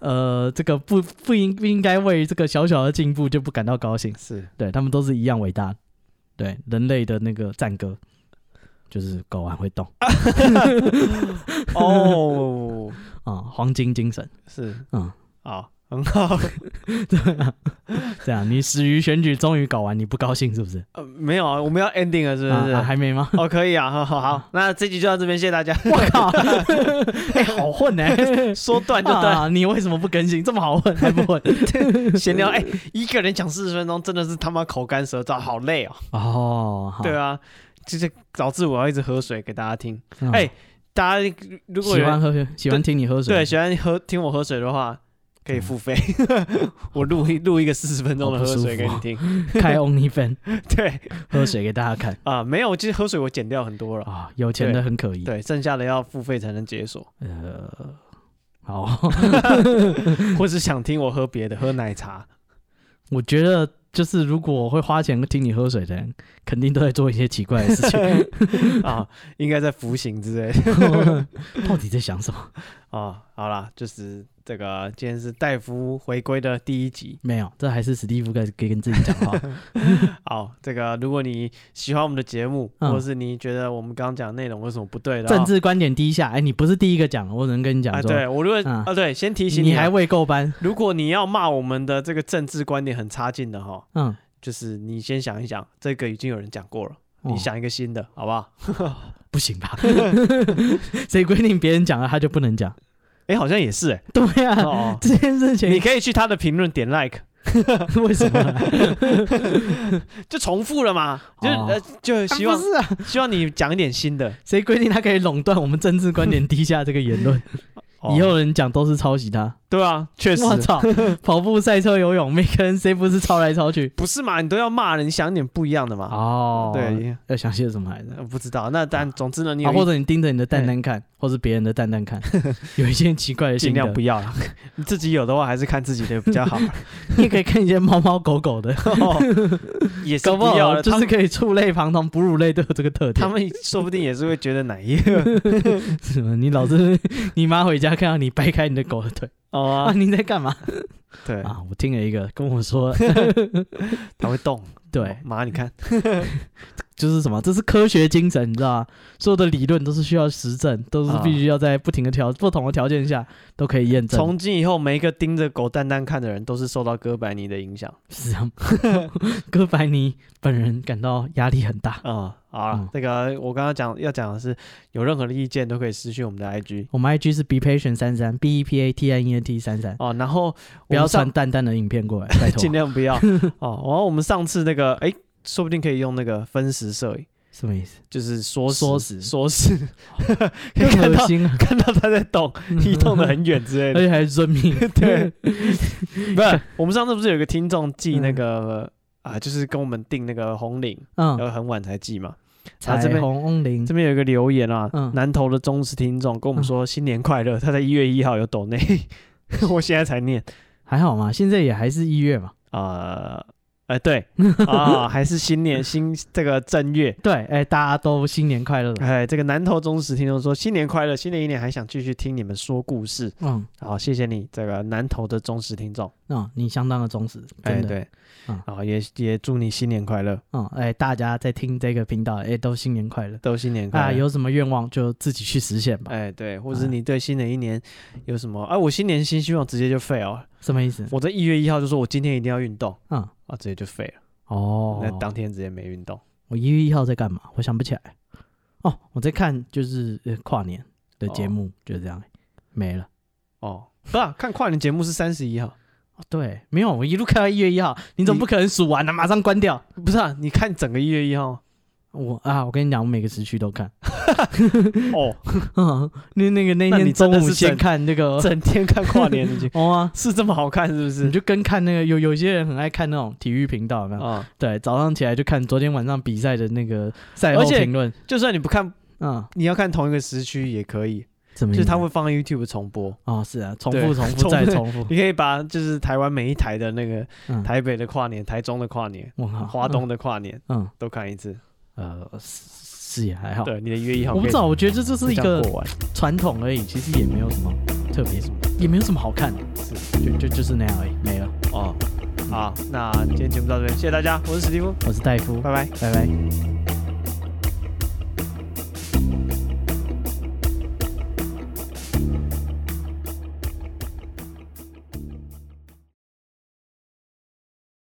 S2: 呃，这个不不应不应该为这个小小的进步就不感到高兴。
S1: 是，
S2: 对他们都 是一样伟大的。对人类的那个赞歌，就是狗丸会动
S1: 哦，
S2: 啊、黄金精神。
S1: 是，
S2: 嗯，
S1: 好，很好。
S2: 这样，你死于选举终于搞完，你不高兴是不是？
S1: 呃，没有啊，我们要 ending 了，是
S2: 啊
S1: 不是？？
S2: 啊还没吗
S1: 哦，可以啊，好好好，那这集就到这边，谢谢 大家。
S2: 我靠！哎、好 混呢、
S1: 说断就断，
S2: 啊！你为什么不更新？这么好混还不 混？
S1: 闲聊。哎，一个人讲四十分钟，真的是他妈口干舌燥，好累哦。
S2: 哦，好
S1: 对，啊，就是导致我要一直喝水给大家听。
S2: 嗯
S1: 哎大家如果
S2: 喜
S1: 有
S2: 欢
S1: 人
S2: 喝水，喜欢听你喝水，
S1: 对喜欢喝听我喝水的话，可
S2: 嗯
S1: 以付费， 我录一录一个四十分钟的
S2: 好
S1: 喝
S2: 不舒服
S1: 水给你听。
S2: 开 Only Fan
S1: 对
S2: 喝水给大家看
S1: 啊，没有，其实喝水我减掉很多了。
S2: 啊、有钱的很可疑。，
S1: 对，剩下的要付费才能解锁，
S2: 呃，好，
S1: 或是想听我喝别的，喝奶茶。
S2: 我觉得就是如果会花钱听你喝水的人，肯定都在做一些奇怪的 事情。
S1: 啊，应该在服刑之类的
S2: 到底在想什么？
S1: 啊。好啦，就是这个，今天是戴夫回归的第一集。
S2: 没有，这还是史蒂夫该该跟自己讲 话。
S1: 哦好，哦这个如果你喜欢我们的节目，
S2: 嗯
S1: 或是你觉得我们刚刚讲的内容有什么不对的话，
S2: 政治观点低下，哎，你不是第一个讲的，我只能跟你讲
S1: 啊，
S2: 说，
S1: 对我如果
S2: 嗯
S1: 啊，对，先提醒
S2: 你
S1: 啊
S2: 还未 够班，
S1: 如果你要骂我们的这个政治观点很差劲的哈，
S2: 嗯，
S1: 就是你先想一想，这个已经有人讲过了，你
S2: 哦
S1: 想一个新的，好不好？
S2: 不行吧？ 谁规定别人讲了他就不能讲？
S1: 哎，好像也 是哎，
S2: 对呀、啊，
S1: 哦，
S2: 这件事
S1: 你
S2: 情
S1: 可以去他的评论点 like，
S2: 为什么啊、
S1: 就重复了嘛，就
S2: 哦
S1: 呃就 希望
S2: 啊不是啊，
S1: 希望你讲一点新的，
S2: 谁规定他可以垄断我们政治观点低下这个言论？
S1: 哦
S2: 以后人讲都是抄袭他。
S1: 对啊，确实
S2: 我 操，跑步、赛车、游泳，每个人 谁不是抄来抄去？
S1: 不是嘛，你都要骂人，你想点不一样的嘛，
S2: 哦，，
S1: 对。
S2: 要想些什么来着？
S1: 呃不知道，那但总之呢，你有
S2: 啊，或
S1: 一
S2: 者你盯着你的蛋蛋看，或者别人的蛋蛋 看，有一些奇怪的
S1: 尽
S2: 心得
S1: 量不要了。 你自己有的话，还是看自己的比较 好。
S2: 你也可以看一些猫猫狗 狗的，
S1: 哦也是
S2: 搞
S1: 不
S2: 不
S1: 要了，
S2: 好
S1: 他
S2: 就是
S1: 们
S2: 可以触类旁通，哺乳类都有这个特点
S1: 他。们说不定也是会觉得奶液
S2: 什么？你老是 你妈回家看到你掰开你的狗的腿
S1: 哦
S2: 啊？
S1: 啊，
S2: 你在干嘛
S1: 对，
S2: 啊？我听了一个跟我说，
S1: 它会动。哦
S2: 对，
S1: 妈，你看
S2: 就是什么，这是科学精神，你知道吗？所有的理论都是需要实证，都
S1: 啊
S2: 是必须要在不停的条、不同的条件下都可以验证。
S1: 从今以后，每一个盯着狗蛋蛋看的人，都是受到哥白尼的影响
S2: 是啊， 哥白尼本人感到压力很大。
S1: 啊、好了
S2: 嗯，
S1: 这个我刚刚讲要讲的是，有任何的意见都可以私讯我们的 IG
S2: 我们 IG 是 be patient 三三 b e p a t i e n t 三三，
S1: 哦。然后
S2: 不要
S1: 上。
S2: 传淡淡的影片过来，拜托
S1: 尽。量不要 哦。然后我们上次那个，哎、说不定可以用那个分时摄影，
S2: 什么意思？
S1: 就是缩
S2: 缩
S1: 时
S2: 时
S1: 缩时， 可以 看
S2: 更
S1: 到
S2: 恶 心了，
S1: 看到他在动，移动的很远之类
S2: 而
S1: 的。
S2: 且还是遵命。
S1: 对， 不是我们上次不是有个听众寄那个、啊，就是跟我们订那个红领，然
S2: 嗯，
S1: 后很晚才寄嘛。啊
S2: 彩
S1: 这边
S2: 虹翁铃
S1: 这，边有一个留言啊，
S2: 嗯
S1: 南投的忠实听众跟我们说新年快乐，他在一月一号有抖内， 我现在才念
S2: 还好嘛，现在也还是一月嘛。
S1: 啊。呃哎， 对啊，还是新年新这个正月，
S2: 对，哎，大家都新年快乐。
S1: 哎，这个南投忠实听众说新年快乐，新的一年还想继续听你们说故事，
S2: 嗯，
S1: 好，谢谢你这个南投的忠实听众，
S2: 嗯，你相当的忠实，
S1: 哎
S2: 真的。
S1: 对，
S2: 嗯
S1: 啊也也祝你新年快乐，
S2: 嗯，哎，大家在听这个频道，哎，都新年快乐。
S1: 都新年
S2: 啊，
S1: 快乐。
S2: 有什么愿望就自己去实现吧。嗯
S1: 哎，对，或者你对新的一年有什么？哎、我新年新希望直接就废了。
S2: 什么意思？
S1: 我在一月一号就说我今天一定要运动
S2: 嗯，
S1: 啊，直接就废了。
S2: 哦
S1: 那、，当天直接没运动
S2: 我一月一号在干嘛？我想不起来。哦，我在看就是呃跨年的节目，就这样没了。
S1: 哦，不是啊、看跨年节目是三十一号，
S2: 哦，对，没有，我一路看到一月一号，你总
S1: 你
S2: 不可能数完了马上关掉。
S1: 不是啊？你看整个一月一号
S2: 我啊，我跟你讲，我每个时区都看。
S1: 哦，
S2: 嗯，那那个那
S1: 那你
S2: 天
S1: 真
S2: 中
S1: 的
S2: 午
S1: 是
S2: 先
S1: 整
S2: 看那 个，
S1: 整天看跨年的节目
S2: 哦啊，
S1: 是这么好看是不
S2: 你
S1: 是？
S2: 就跟看那个有有些人很爱看那种体育频道，有没有？
S1: 啊、
S2: 对，早上起来就看昨天晚上比赛的那个赛后
S1: 而且
S2: 评论。
S1: 就算你不看
S2: 嗯，
S1: 你要看同一个时区也可以，
S2: 怎么
S1: 就
S2: 意思？
S1: 是它会放在 YouTube 重播，
S2: 哦，是啊，重
S1: 对
S2: 复、重复再重 复。
S1: 你可以把就是台湾每一台的那个
S2: 嗯，
S1: 台北的跨年、台中的跨年、
S2: 我靠，
S1: 华东的跨年
S2: 嗯，
S1: 都看一次。
S2: 嗯，呃，是是也还好。
S1: 对，你的约一号
S2: 我不知道，我觉得这就
S1: 可
S2: 是
S1: 以
S2: 一
S1: 就这样
S2: 个
S1: 过完，
S2: 传统而已，其实也没有什么特别，也没有什么好看的，就就就是那样而已，没了。
S1: 嗯哦，好，那今天节目到这边，谢谢大家，我是史蒂夫，
S2: 我是戴夫，
S1: 拜拜。
S2: 拜拜。